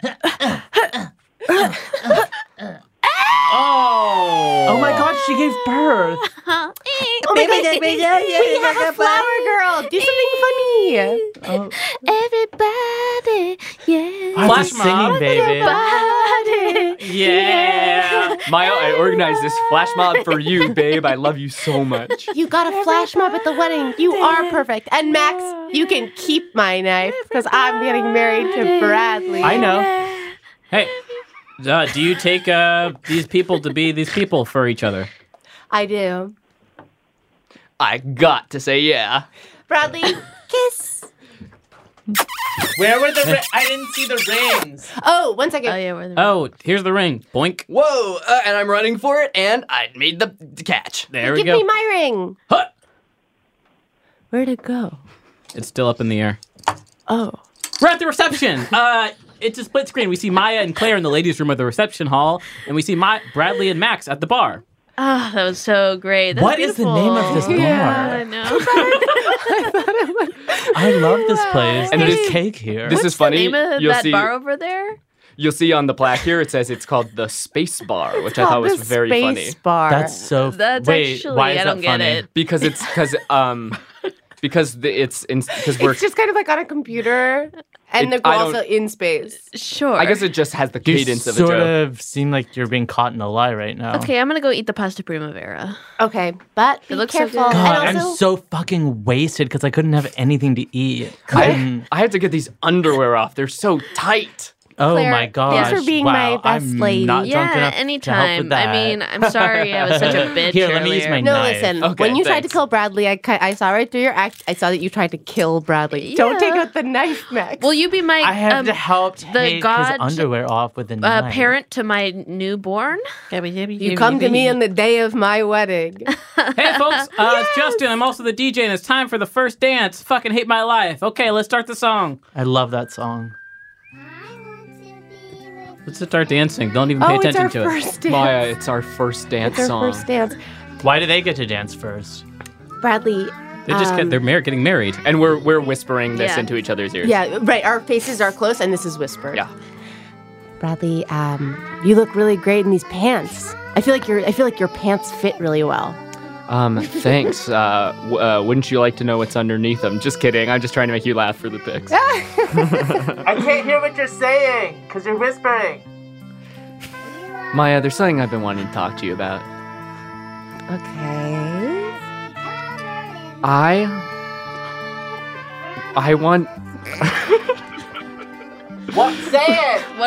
[SPEAKER 1] oh!
[SPEAKER 5] Oh my god! She gave birth.
[SPEAKER 2] Oh my god, baby, yeah, yeah, we have a flower girl. Do something funny.
[SPEAKER 3] Everybody, yeah.
[SPEAKER 1] Why is it singing, baby?
[SPEAKER 3] Everybody,
[SPEAKER 6] Yeah. Maya, I organized this flash mob for you, babe. I love you so much.
[SPEAKER 2] You got a flash mob at the wedding. You are perfect. And Max, you can keep my knife because I'm getting married to Bradley.
[SPEAKER 1] I know. Hey, uh, do you take uh, these people to be these people for each other?
[SPEAKER 2] I do.
[SPEAKER 6] I got to say yeah.
[SPEAKER 2] Bradley, kiss.
[SPEAKER 5] Where were the? Ri- I didn't see the rings.
[SPEAKER 2] Oh, one second. Oh yeah,
[SPEAKER 3] we're
[SPEAKER 1] Oh, here's the ring. Boink.
[SPEAKER 6] Whoa, uh, and I'm running for it, and I made the the catch.
[SPEAKER 1] There we
[SPEAKER 2] Give
[SPEAKER 1] go.
[SPEAKER 2] me my ring. Where'd it go?
[SPEAKER 1] it's still up in the air.
[SPEAKER 2] Oh.
[SPEAKER 1] We're at the reception. Uh, it's a split screen. We see Maya and Claire in the ladies' room of the reception hall, and we see My- Bradley and Max at the bar.
[SPEAKER 3] Oh, that was so great. That's
[SPEAKER 1] What is the name of this
[SPEAKER 3] beautiful.
[SPEAKER 1] bar?
[SPEAKER 3] Yeah, I know.
[SPEAKER 5] I love this place.
[SPEAKER 6] And
[SPEAKER 5] There's
[SPEAKER 6] this-
[SPEAKER 5] cake here.
[SPEAKER 6] this is funny.
[SPEAKER 3] name of
[SPEAKER 6] You'll
[SPEAKER 3] that
[SPEAKER 6] see.
[SPEAKER 3] bar over there?
[SPEAKER 6] You'll see on the plaque here. It says it's called the Space Bar, which I thought was very funny.
[SPEAKER 2] Bar.
[SPEAKER 5] That's so.
[SPEAKER 3] That's
[SPEAKER 5] wait,
[SPEAKER 3] actually-
[SPEAKER 5] why is
[SPEAKER 3] I
[SPEAKER 5] that
[SPEAKER 3] don't get
[SPEAKER 5] funny?
[SPEAKER 3] it.
[SPEAKER 6] Because it's because um because the, it's because we're
[SPEAKER 2] It's just kind of like on a computer, and
[SPEAKER 6] It-
[SPEAKER 2] the
[SPEAKER 6] I
[SPEAKER 2] also in space.
[SPEAKER 3] Sure.
[SPEAKER 6] I guess it just has the
[SPEAKER 5] You
[SPEAKER 6] cadence of a
[SPEAKER 5] sort
[SPEAKER 6] joke.
[SPEAKER 5] of seem like you're being caught in a lie right now.
[SPEAKER 3] Okay, I'm gonna go eat the pasta primavera.
[SPEAKER 2] Okay, but be
[SPEAKER 3] looks so
[SPEAKER 2] careful.
[SPEAKER 3] good.
[SPEAKER 5] God,
[SPEAKER 2] and
[SPEAKER 5] I'm
[SPEAKER 2] also,
[SPEAKER 5] so fucking wasted because I couldn't have anything to eat.
[SPEAKER 6] I, I had to get these underwear off. They're so tight.
[SPEAKER 5] Oh
[SPEAKER 3] Claire,
[SPEAKER 5] my
[SPEAKER 3] thanks
[SPEAKER 5] gosh!
[SPEAKER 2] for being my
[SPEAKER 5] wow,
[SPEAKER 2] best
[SPEAKER 5] I'm
[SPEAKER 2] lady.
[SPEAKER 5] Not drunk
[SPEAKER 3] yeah,
[SPEAKER 5] enough To help
[SPEAKER 3] anytime.
[SPEAKER 5] with that.
[SPEAKER 3] I mean, I'm sorry I was such a bitch.
[SPEAKER 5] Here, let me use
[SPEAKER 3] earlier.
[SPEAKER 5] my
[SPEAKER 2] no,
[SPEAKER 5] knife.
[SPEAKER 2] listen.
[SPEAKER 6] Okay,
[SPEAKER 2] when you tried to
[SPEAKER 6] thanks.
[SPEAKER 2] kill Bradley, I, ki- I saw right through your act. I saw that you tried to kill Bradley. Don't take
[SPEAKER 3] Yeah.
[SPEAKER 2] out the knife, Max.
[SPEAKER 3] Will you be my
[SPEAKER 5] I have
[SPEAKER 3] um,
[SPEAKER 5] to help take
[SPEAKER 3] god-
[SPEAKER 5] his underwear off with a
[SPEAKER 3] uh,
[SPEAKER 5] knife.
[SPEAKER 3] parent to my newborn?
[SPEAKER 2] you come to me on the day of my wedding.
[SPEAKER 1] Hey, folks, uh, it's Justin. I'm also the DJ, and it's time for the first dance. Fucking hate my life. Okay, let's start the song.
[SPEAKER 5] I love that song.
[SPEAKER 1] Let's just start dancing. Don't even pay
[SPEAKER 2] oh, it's
[SPEAKER 1] attention
[SPEAKER 2] our
[SPEAKER 1] to
[SPEAKER 2] first dance.
[SPEAKER 6] Maya, it's our first dance
[SPEAKER 2] it's our
[SPEAKER 6] song.
[SPEAKER 2] first dance.
[SPEAKER 5] Why do they get to dance first?
[SPEAKER 2] Bradley.
[SPEAKER 1] it. They just
[SPEAKER 2] um,
[SPEAKER 1] get they're mar- getting married.
[SPEAKER 6] And we're we're whispering this
[SPEAKER 3] Yeah.
[SPEAKER 6] into each other's ears.
[SPEAKER 2] Yeah, right. Our faces are close, and this is whispered.
[SPEAKER 6] Yeah.
[SPEAKER 2] Bradley, um, you look really great in these pants. I feel like your I feel like your pants fit really well.
[SPEAKER 6] Um, thanks. Uh, w- uh, wouldn't you like to know what's underneath them? Just kidding. I'm just trying to make you laugh for the pics.
[SPEAKER 5] I can't hear what you're saying because you're whispering.
[SPEAKER 6] Maya, there's something I've been wanting to talk to you about.
[SPEAKER 2] Okay.
[SPEAKER 6] I. I want.
[SPEAKER 3] What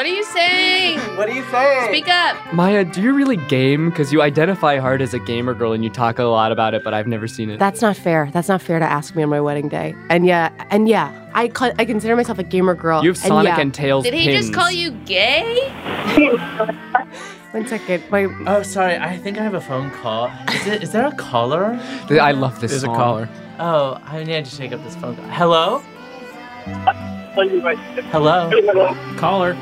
[SPEAKER 3] are you saying? What are you saying? Speak up.
[SPEAKER 6] Maya, do you really game? Because you identify hard as a gamer girl and you talk a lot about it, but I've never seen it.
[SPEAKER 2] That's not fair. That's not fair to ask me on my wedding day. And yeah, and yeah, I ca- I consider myself a gamer girl.
[SPEAKER 6] you have Sonic and,
[SPEAKER 2] yeah,
[SPEAKER 6] Tails
[SPEAKER 3] Did he just
[SPEAKER 6] pins.
[SPEAKER 3] call you gay?
[SPEAKER 2] One second, my
[SPEAKER 5] Oh, sorry. I think I have a phone call. Is it? Is there a caller?
[SPEAKER 6] Th- I love this
[SPEAKER 1] There's a
[SPEAKER 6] song.
[SPEAKER 1] caller.
[SPEAKER 5] Oh, I need to take up this phone call. Hello? Hello?
[SPEAKER 1] Caller.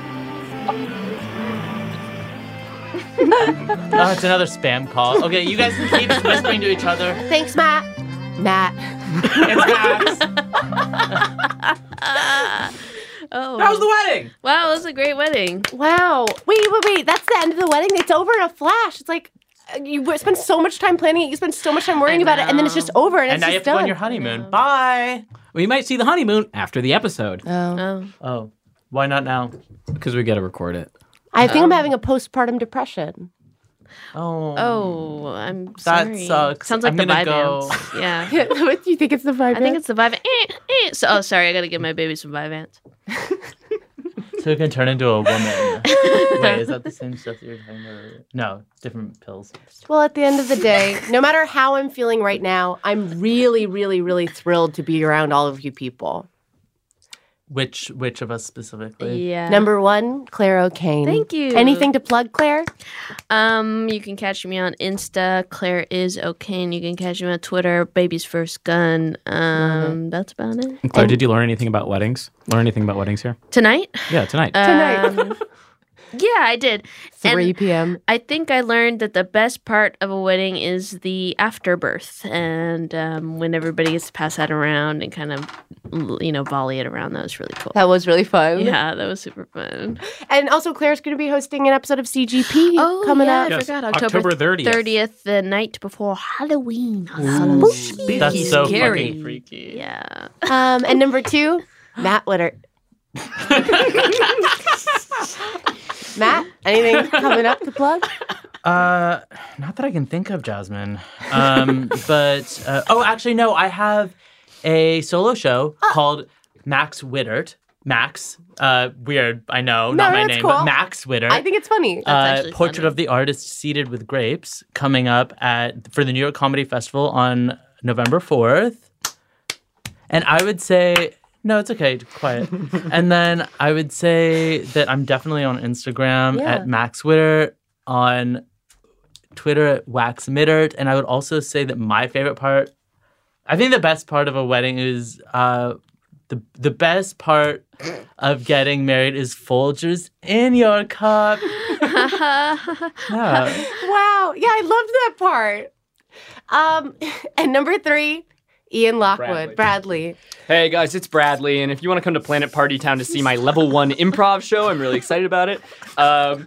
[SPEAKER 5] Oh, it's another spam call. Okay, you guys keep whispering to each other.
[SPEAKER 2] thanks, Matt. Matt,
[SPEAKER 5] It's Max.
[SPEAKER 3] Oh.
[SPEAKER 1] How's the wedding?
[SPEAKER 3] wow, it was a great wedding.
[SPEAKER 2] wow. Wait, wait, wait. That's the end of the wedding. It's over in a flash. It's like uh, you spend so much time planning it. You spend so much time worrying about it, and then it's just over, and,
[SPEAKER 5] And
[SPEAKER 2] it's
[SPEAKER 5] now
[SPEAKER 2] just
[SPEAKER 5] you have to
[SPEAKER 2] done.
[SPEAKER 5] go on your honeymoon. Bye.
[SPEAKER 1] We might see the honeymoon after the episode
[SPEAKER 2] Oh.
[SPEAKER 3] Oh.
[SPEAKER 5] Oh, why not now?
[SPEAKER 1] because we got to record it.
[SPEAKER 2] I
[SPEAKER 3] Um,
[SPEAKER 2] think I'm having a postpartum depression.
[SPEAKER 5] Oh.
[SPEAKER 3] Oh, I'm
[SPEAKER 5] That
[SPEAKER 3] sorry.
[SPEAKER 5] sucks.
[SPEAKER 3] Sounds like
[SPEAKER 5] I'm
[SPEAKER 3] the
[SPEAKER 5] gonna
[SPEAKER 3] vibe
[SPEAKER 5] go-
[SPEAKER 3] ants. Yeah.
[SPEAKER 2] what do you think? It's the vibe.
[SPEAKER 3] I think it's the Vyvanse. Eh, eh. So, oh, sorry, I gotta give my baby some Vyvanse.
[SPEAKER 5] So you can turn into a woman. Wait, is that the same stuff that you were talking about earlier? No, different pills.
[SPEAKER 2] Well, at the end of the day, no matter how I'm feeling right now, I'm really, really, really thrilled to be around all of you people.
[SPEAKER 5] Which which of us specifically?
[SPEAKER 3] Yeah.
[SPEAKER 2] Number one, Claire O'Kane.
[SPEAKER 3] Thank you.
[SPEAKER 2] Anything to plug, Claire?
[SPEAKER 3] Um, you can catch me on Insta. Claire is O'Kane. You can catch me on Twitter. Baby's first gun. Um, that's about it.
[SPEAKER 1] And Claire, did you learn anything about weddings? Learn anything about weddings here?
[SPEAKER 3] Tonight?
[SPEAKER 1] Yeah, tonight.
[SPEAKER 6] Uh,
[SPEAKER 3] Um, yeah, I did.
[SPEAKER 2] 3 p.m.
[SPEAKER 3] I think I learned that the best part of a wedding is the afterbirth, and um, when everybody gets to pass that around and kind of, you know, volley it around. That was really cool.
[SPEAKER 2] That was really fun.
[SPEAKER 3] Yeah, that was super fun.
[SPEAKER 2] And also, Claire's going to be hosting an episode of CGP coming
[SPEAKER 3] Oh, yeah,
[SPEAKER 2] up.
[SPEAKER 3] I forgot October,
[SPEAKER 1] October 30th.
[SPEAKER 3] 30th, the night before Halloween.
[SPEAKER 2] Spooky,
[SPEAKER 5] That's so fucking
[SPEAKER 3] freaky. Yeah.
[SPEAKER 2] Um, and number two, Matt Witter. Matt, anything coming up to plug?
[SPEAKER 5] Uh, not that I can think of, Jasmine. Um, but uh, oh, actually, no. I have a solo show
[SPEAKER 2] Ah.
[SPEAKER 5] called Max Wittert. Max, uh, weird. I know,
[SPEAKER 2] No,
[SPEAKER 5] not my
[SPEAKER 2] that's
[SPEAKER 5] name,
[SPEAKER 2] cool.
[SPEAKER 5] but Max Wittert.
[SPEAKER 2] I think it's funny.
[SPEAKER 5] Uh, Portrait of the Artist Seated with Grapes coming up at for the New York Comedy Festival on November 4th. And I would say no, it's okay, quiet. and then I would say that I'm definitely on Instagram
[SPEAKER 11] Yeah.
[SPEAKER 5] at Max Witter, on Twitter at Wax Mittert, and I would also say that my favorite part I think the best part of a wedding is uh, the the best part of getting married is Folgers in your cup. Yeah.
[SPEAKER 2] wow. Yeah, I loved that part. Um, and number three, Ian Lockwood, Bradley.
[SPEAKER 6] Hey guys, it's Bradley, and if you want to come to Planet Party Town to see my level one improv show, I'm really excited about it. Um,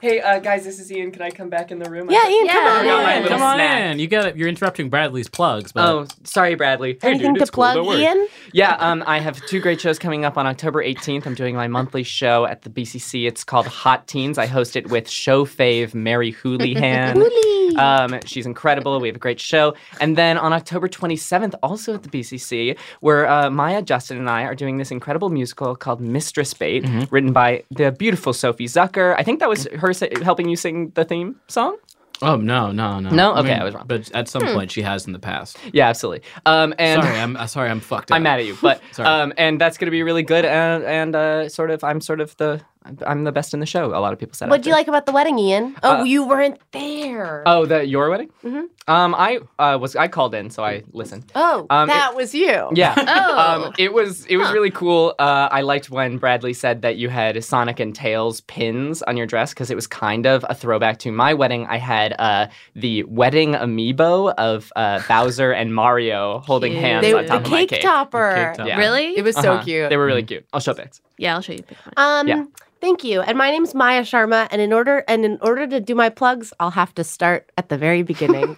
[SPEAKER 6] hey uh, guys, this is Ian. Can I come back in the room?
[SPEAKER 2] Yeah, Ian, come on
[SPEAKER 6] Forgot my
[SPEAKER 2] in.
[SPEAKER 6] little
[SPEAKER 1] Come on
[SPEAKER 6] snack.
[SPEAKER 1] in. You got it. You're interrupting Bradley's plugs. But
[SPEAKER 6] Oh, sorry, Bradley. Hey,
[SPEAKER 2] Anything
[SPEAKER 6] dude,
[SPEAKER 2] to
[SPEAKER 6] it's cool,
[SPEAKER 2] plug,
[SPEAKER 6] don't worry.
[SPEAKER 2] Ian?
[SPEAKER 6] Yeah, um, I have two great shows coming up on October 18th. I'm doing my monthly show at the BCC. It's called Hot Teens. I host it with show fave Mary Houlihan. Um, she's incredible. We have a great show. And then on October 27th, also at the BCC, where uh, Maya, Justin, and I are doing this incredible musical called Mistress Bait,
[SPEAKER 1] Mhm.
[SPEAKER 6] written by the beautiful Sophie Zucker. I think that was her sa- helping you sing the theme song.
[SPEAKER 1] Oh no, no, no.
[SPEAKER 6] No? Okay, I was wrong.
[SPEAKER 1] But at some
[SPEAKER 6] Hmm.
[SPEAKER 1] point, she has in the past.
[SPEAKER 6] Yeah, absolutely. Um, and
[SPEAKER 1] sorry, I'm uh, sorry, I'm fucked up.
[SPEAKER 6] I'm mad at you, but
[SPEAKER 1] Sorry.
[SPEAKER 6] um, and that's gonna be really good. And, and uh, sort of, I'm sort of the, I'm the best in the show. A lot of people said.
[SPEAKER 2] What'd you like about the wedding, Ian? Oh,
[SPEAKER 6] Uh,
[SPEAKER 2] you weren't there.
[SPEAKER 6] Oh, the your wedding?
[SPEAKER 2] Mhm.
[SPEAKER 6] Um, I uh, was I called in, so I listened.
[SPEAKER 2] Oh,
[SPEAKER 6] Um,
[SPEAKER 2] that
[SPEAKER 6] it-
[SPEAKER 2] was you. Oh.
[SPEAKER 6] Yeah. Um, it was it was really cool. Uh, I liked when Bradley said that you had Sonic and Tails pins on your dress because it was kind of a throwback to my wedding. I had uh, the wedding amiibo of uh, Bowser and Mario holding
[SPEAKER 2] Cute.
[SPEAKER 6] hands
[SPEAKER 2] They-
[SPEAKER 6] on top
[SPEAKER 2] the
[SPEAKER 6] of my
[SPEAKER 2] cake topper. The cake topper. Really? It was so
[SPEAKER 6] Uh-huh.
[SPEAKER 2] cute. Mm-hmm.
[SPEAKER 6] They were really cute. I'll show pics.
[SPEAKER 3] Yeah, I'll show you. pictures.
[SPEAKER 2] Um,
[SPEAKER 6] Yeah.
[SPEAKER 2] thank you. And my name's Maya Sharma. And in order and in order to do my plugs, I'll have to start at the very beginning.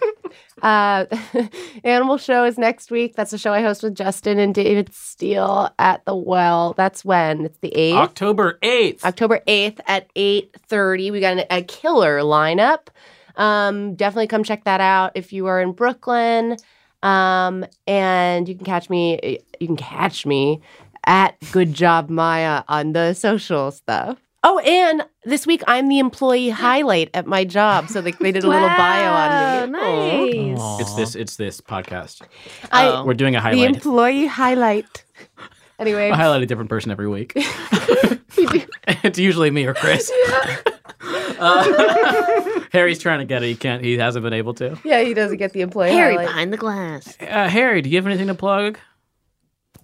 [SPEAKER 2] uh, Animal Show is next week. That's a show I host with Justin and David Steele at the Well. That's when it's the eighth.
[SPEAKER 1] October eighth.
[SPEAKER 2] October 8th at 8:30. We got an- a killer lineup. Um, definitely come check that out if you are in Brooklyn. Um, and you can catch me you can catch me at Good Job Maya on the social stuff. Oh, and this week I'm the employee highlight at my job. So they, they did a little bio on me.
[SPEAKER 3] Nice.
[SPEAKER 1] It's this. It's this podcast.
[SPEAKER 2] I-
[SPEAKER 1] We're doing a
[SPEAKER 2] The
[SPEAKER 1] highlight.
[SPEAKER 2] employee highlight. Anyway,
[SPEAKER 1] I highlight a different person every week. it's usually me or Chris. Uh, Harry's trying to get it. He can't. He hasn't been able to.
[SPEAKER 2] yeah, he doesn't get the employee
[SPEAKER 3] Harry
[SPEAKER 2] highlight.
[SPEAKER 3] behind the glass.
[SPEAKER 1] Uh, Harry, do you have anything to plug?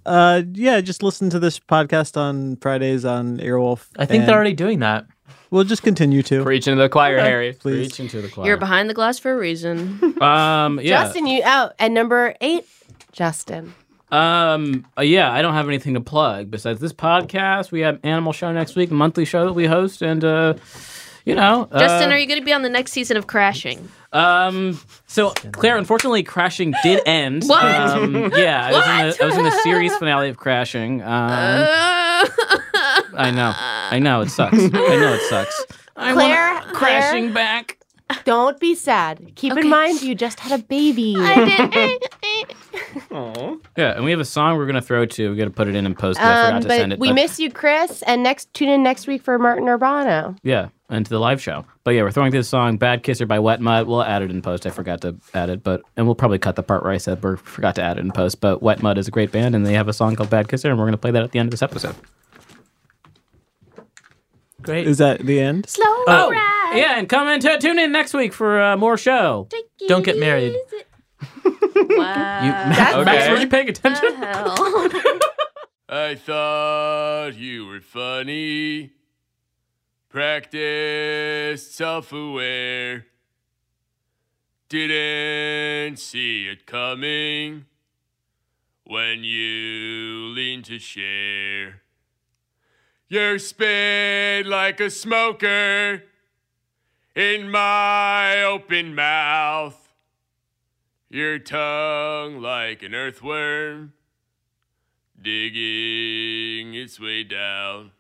[SPEAKER 7] Uh, yeah, just listen to this podcast on Fridays on Earwolf.
[SPEAKER 5] I think they're already doing that.
[SPEAKER 7] We'll just continue to
[SPEAKER 6] preach into the choir, Harry.
[SPEAKER 7] Please.
[SPEAKER 1] Reach into the cloud.
[SPEAKER 3] You're behind the glass for a reason.
[SPEAKER 1] um, yeah.
[SPEAKER 2] Justin, you out. And number eight, Justin.
[SPEAKER 1] Um. uh, yeah, I don't have anything to plug besides this podcast. We have Animal Show next week, a monthly show that we host, and uh, you know,
[SPEAKER 3] Justin,
[SPEAKER 1] uh,
[SPEAKER 3] are you going to be on the next season of Crashing?
[SPEAKER 1] Um. So Claire, unfortunately, Crashing did end.
[SPEAKER 3] What?
[SPEAKER 1] Um, yeah, I was in the I was in the series finale of Crashing. Um,
[SPEAKER 2] Uh.
[SPEAKER 1] I know, I know, it sucks. I know it sucks. I wanna-
[SPEAKER 2] Claire,
[SPEAKER 1] crashing
[SPEAKER 2] back. Don't be sad. Keep in mind you just had a baby.
[SPEAKER 3] I did.
[SPEAKER 1] Yeah, and we have a song we're gonna throw to. We gotta put it in and post it. I
[SPEAKER 2] Um,
[SPEAKER 1] forgot to send
[SPEAKER 2] but
[SPEAKER 1] it.
[SPEAKER 2] we
[SPEAKER 1] but-
[SPEAKER 2] miss you, Chris. And next, tune in next week for Martin Urbano.
[SPEAKER 1] Yeah, and to the live show. But yeah, we're throwing this song "Bad Kisser" by Wet Mud. We'll add it in post. I forgot to add it, but and we'll probably cut the part where I said we forgot to add it in post. But Wet Mud is a great band, and they have a song called "Bad Kisser," and we're gonna play that at the end of this episode.
[SPEAKER 7] Great. Is that the end?
[SPEAKER 3] Slow
[SPEAKER 1] Oh, yeah, and come and t- tune in next week for uh, more show.
[SPEAKER 5] Don't get married.
[SPEAKER 1] Max, Max, were you paying attention?
[SPEAKER 12] Uh-huh. I thought you were funny. Practice self aware. Didn't see it coming when you leaned to share. You spit like a smoker in my open mouth. Your tongue like an earthworm digging its way down.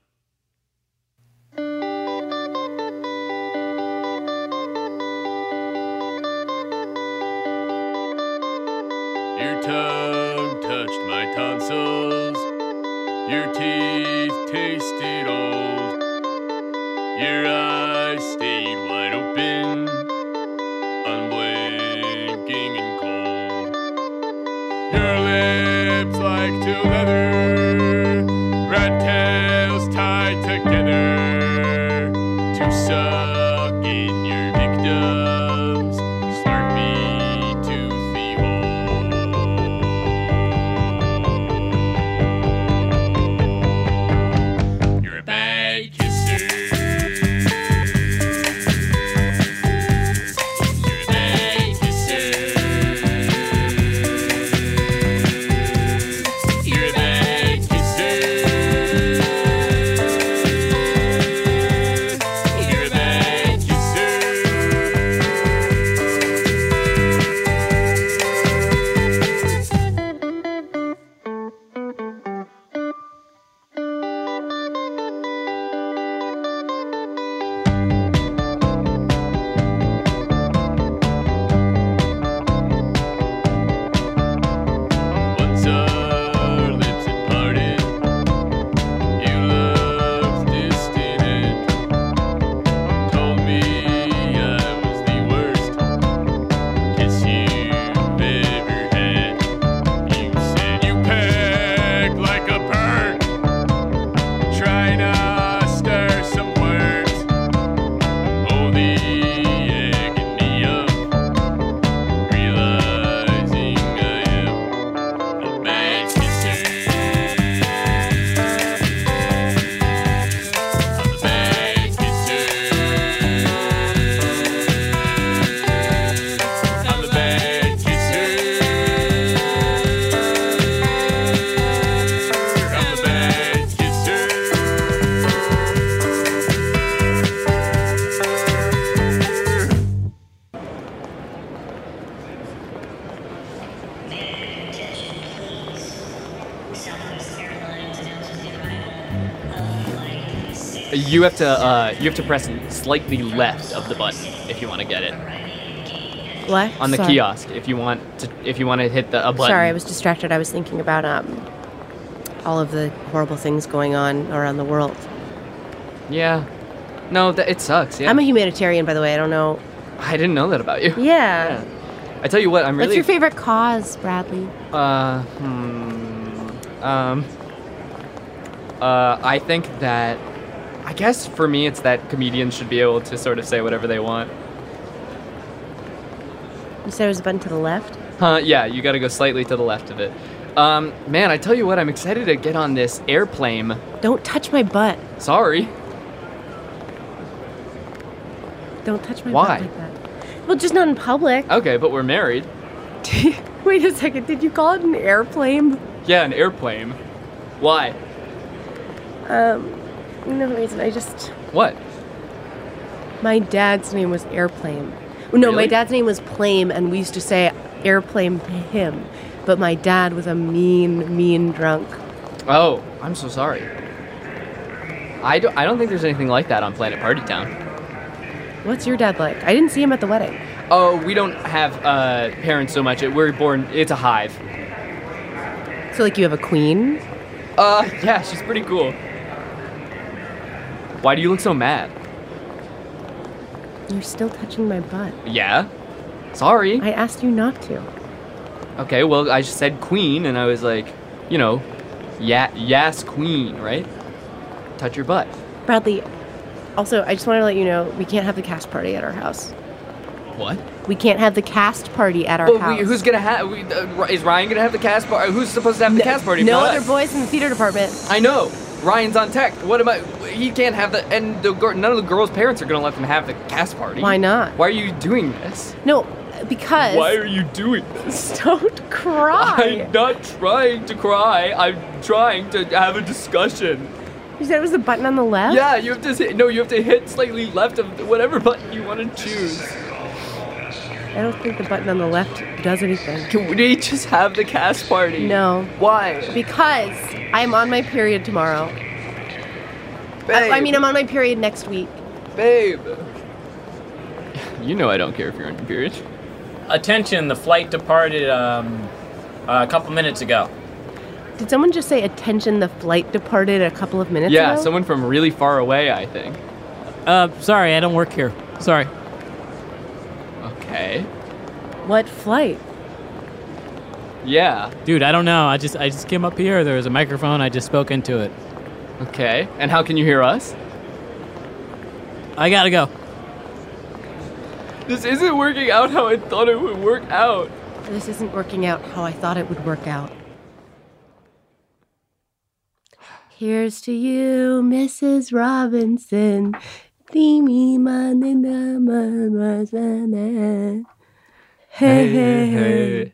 [SPEAKER 12] Your tongue touched my tonsils. Your teeth tasted old. Your eyes stayed wide open, unblinking and cold. Your lips like to leather, red tails tied together to suck in your victims, slurpy toothy hole. You're a bad kisser. You're a bad kisser. You're a bad kisser. You're a bad kisser. Once our lips had parted, you looked distant, told me I was the worst kiss you've ever had. You said you peck like a bird, trying to stir some words. Oh, the agony of realizing I am.
[SPEAKER 6] You have to uh, you have to press slightly left of the button if you want to get it
[SPEAKER 2] What?
[SPEAKER 6] on the
[SPEAKER 2] Sorry.
[SPEAKER 6] kiosk. If you want to if you want to hit the a button.
[SPEAKER 2] Sorry, I was distracted. I was thinking about um, all of the horrible things going on around the world.
[SPEAKER 6] Yeah. No, that it sucks. Yeah.
[SPEAKER 2] I'm a humanitarian, by the way. I don't know.
[SPEAKER 6] I didn't know that about you.
[SPEAKER 2] Yeah.
[SPEAKER 6] I tell you what, I'm
[SPEAKER 2] What's
[SPEAKER 6] really
[SPEAKER 2] your favorite cause, Bradley?
[SPEAKER 6] Uh, hmm. Um. Uh, I think that. I guess for me, it's that comedians should be able to sort of say whatever they want.
[SPEAKER 2] You said it was a button to the left.
[SPEAKER 6] Huh? Yeah, you got to go slightly to the left of it. Um, man, I tell you what, I'm excited to get on this airplane.
[SPEAKER 2] Don't touch my butt.
[SPEAKER 6] Sorry.
[SPEAKER 2] Don't touch my
[SPEAKER 6] Why?
[SPEAKER 2] butt like that. Well, just not in public.
[SPEAKER 6] Okay, but we're married.
[SPEAKER 2] Wait a second. Did you call it an airplane?
[SPEAKER 6] Yeah, an airplane. Why?
[SPEAKER 2] Um, no reason. I just
[SPEAKER 6] What?
[SPEAKER 2] my dad's name was airplane. No, my
[SPEAKER 6] Really?
[SPEAKER 2] dad's name was Plame, and we used to say airplane to him. But my dad was a mean, mean drunk.
[SPEAKER 6] Oh, I'm so sorry. I don't, I don't think there's anything like that on Planet Party Town.
[SPEAKER 2] What's your dad like? I didn't see him at the wedding.
[SPEAKER 6] Oh, we don't have uh, parents so much. We're born, it's a hive.
[SPEAKER 2] So, like, you have a queen?
[SPEAKER 6] Uh, yeah, she's pretty cool. Why do you look so mad?
[SPEAKER 2] You're still touching my butt.
[SPEAKER 6] Yeah. Sorry.
[SPEAKER 2] I asked you not to.
[SPEAKER 6] Okay, well, I just said queen, and I was like, you know, yeah, yes, queen, right? Touch your butt.
[SPEAKER 2] Bradley, also, I just want to let you know we can't have the cast party at our house.
[SPEAKER 6] What?
[SPEAKER 2] We can't have the cast party at our
[SPEAKER 6] But
[SPEAKER 2] house.
[SPEAKER 6] we, who's gonna have? We, uh, is Ryan gonna have the cast party? Who's supposed to have the cast party?
[SPEAKER 2] no
[SPEAKER 6] Not
[SPEAKER 2] other
[SPEAKER 6] us.
[SPEAKER 2] boys in the theater department.
[SPEAKER 6] I know. Ryan's on tech. What am I? He can't have the. And the gir- none of the girls' parents are gonna let them have the cast party.
[SPEAKER 2] Why not?
[SPEAKER 6] Why are you doing this?
[SPEAKER 2] No, because.
[SPEAKER 6] Why are you doing this?
[SPEAKER 2] Don't cry.
[SPEAKER 6] I'm not trying to cry. I'm trying to have a discussion.
[SPEAKER 2] You said it was the button on the left?
[SPEAKER 6] Yeah, you have to hit. No, you have to hit slightly left of whatever button you want to choose.
[SPEAKER 2] I don't think the button on the left does anything.
[SPEAKER 6] Can we just have the cast party?
[SPEAKER 2] No.
[SPEAKER 6] Why?
[SPEAKER 2] Because I'm on my period tomorrow. I, I
[SPEAKER 6] Babe.
[SPEAKER 2] mean, I'm on my period next week.
[SPEAKER 6] Babe. You know I don't care if you're on your period.
[SPEAKER 1] Attention, the flight departed um, a couple minutes ago.
[SPEAKER 2] Did someone just say attention? The flight departed a couple of minutes
[SPEAKER 6] yeah,
[SPEAKER 2] ago.
[SPEAKER 6] someone from really far away, I think.
[SPEAKER 1] Uh, sorry, I don't work here. Sorry.
[SPEAKER 6] Okay.
[SPEAKER 2] What flight?
[SPEAKER 6] Yeah.
[SPEAKER 1] Dude, I don't know. I just I just came up here. There was a microphone. I just spoke into it.
[SPEAKER 6] Okay. And how can you hear us?
[SPEAKER 1] I gotta go.
[SPEAKER 6] This isn't working out how I thought it would work out.
[SPEAKER 2] This isn't working out how I thought it would work out. Here's to you, Mrs. Robinson. Teeny man in the man was a man. Hey, hey, hey.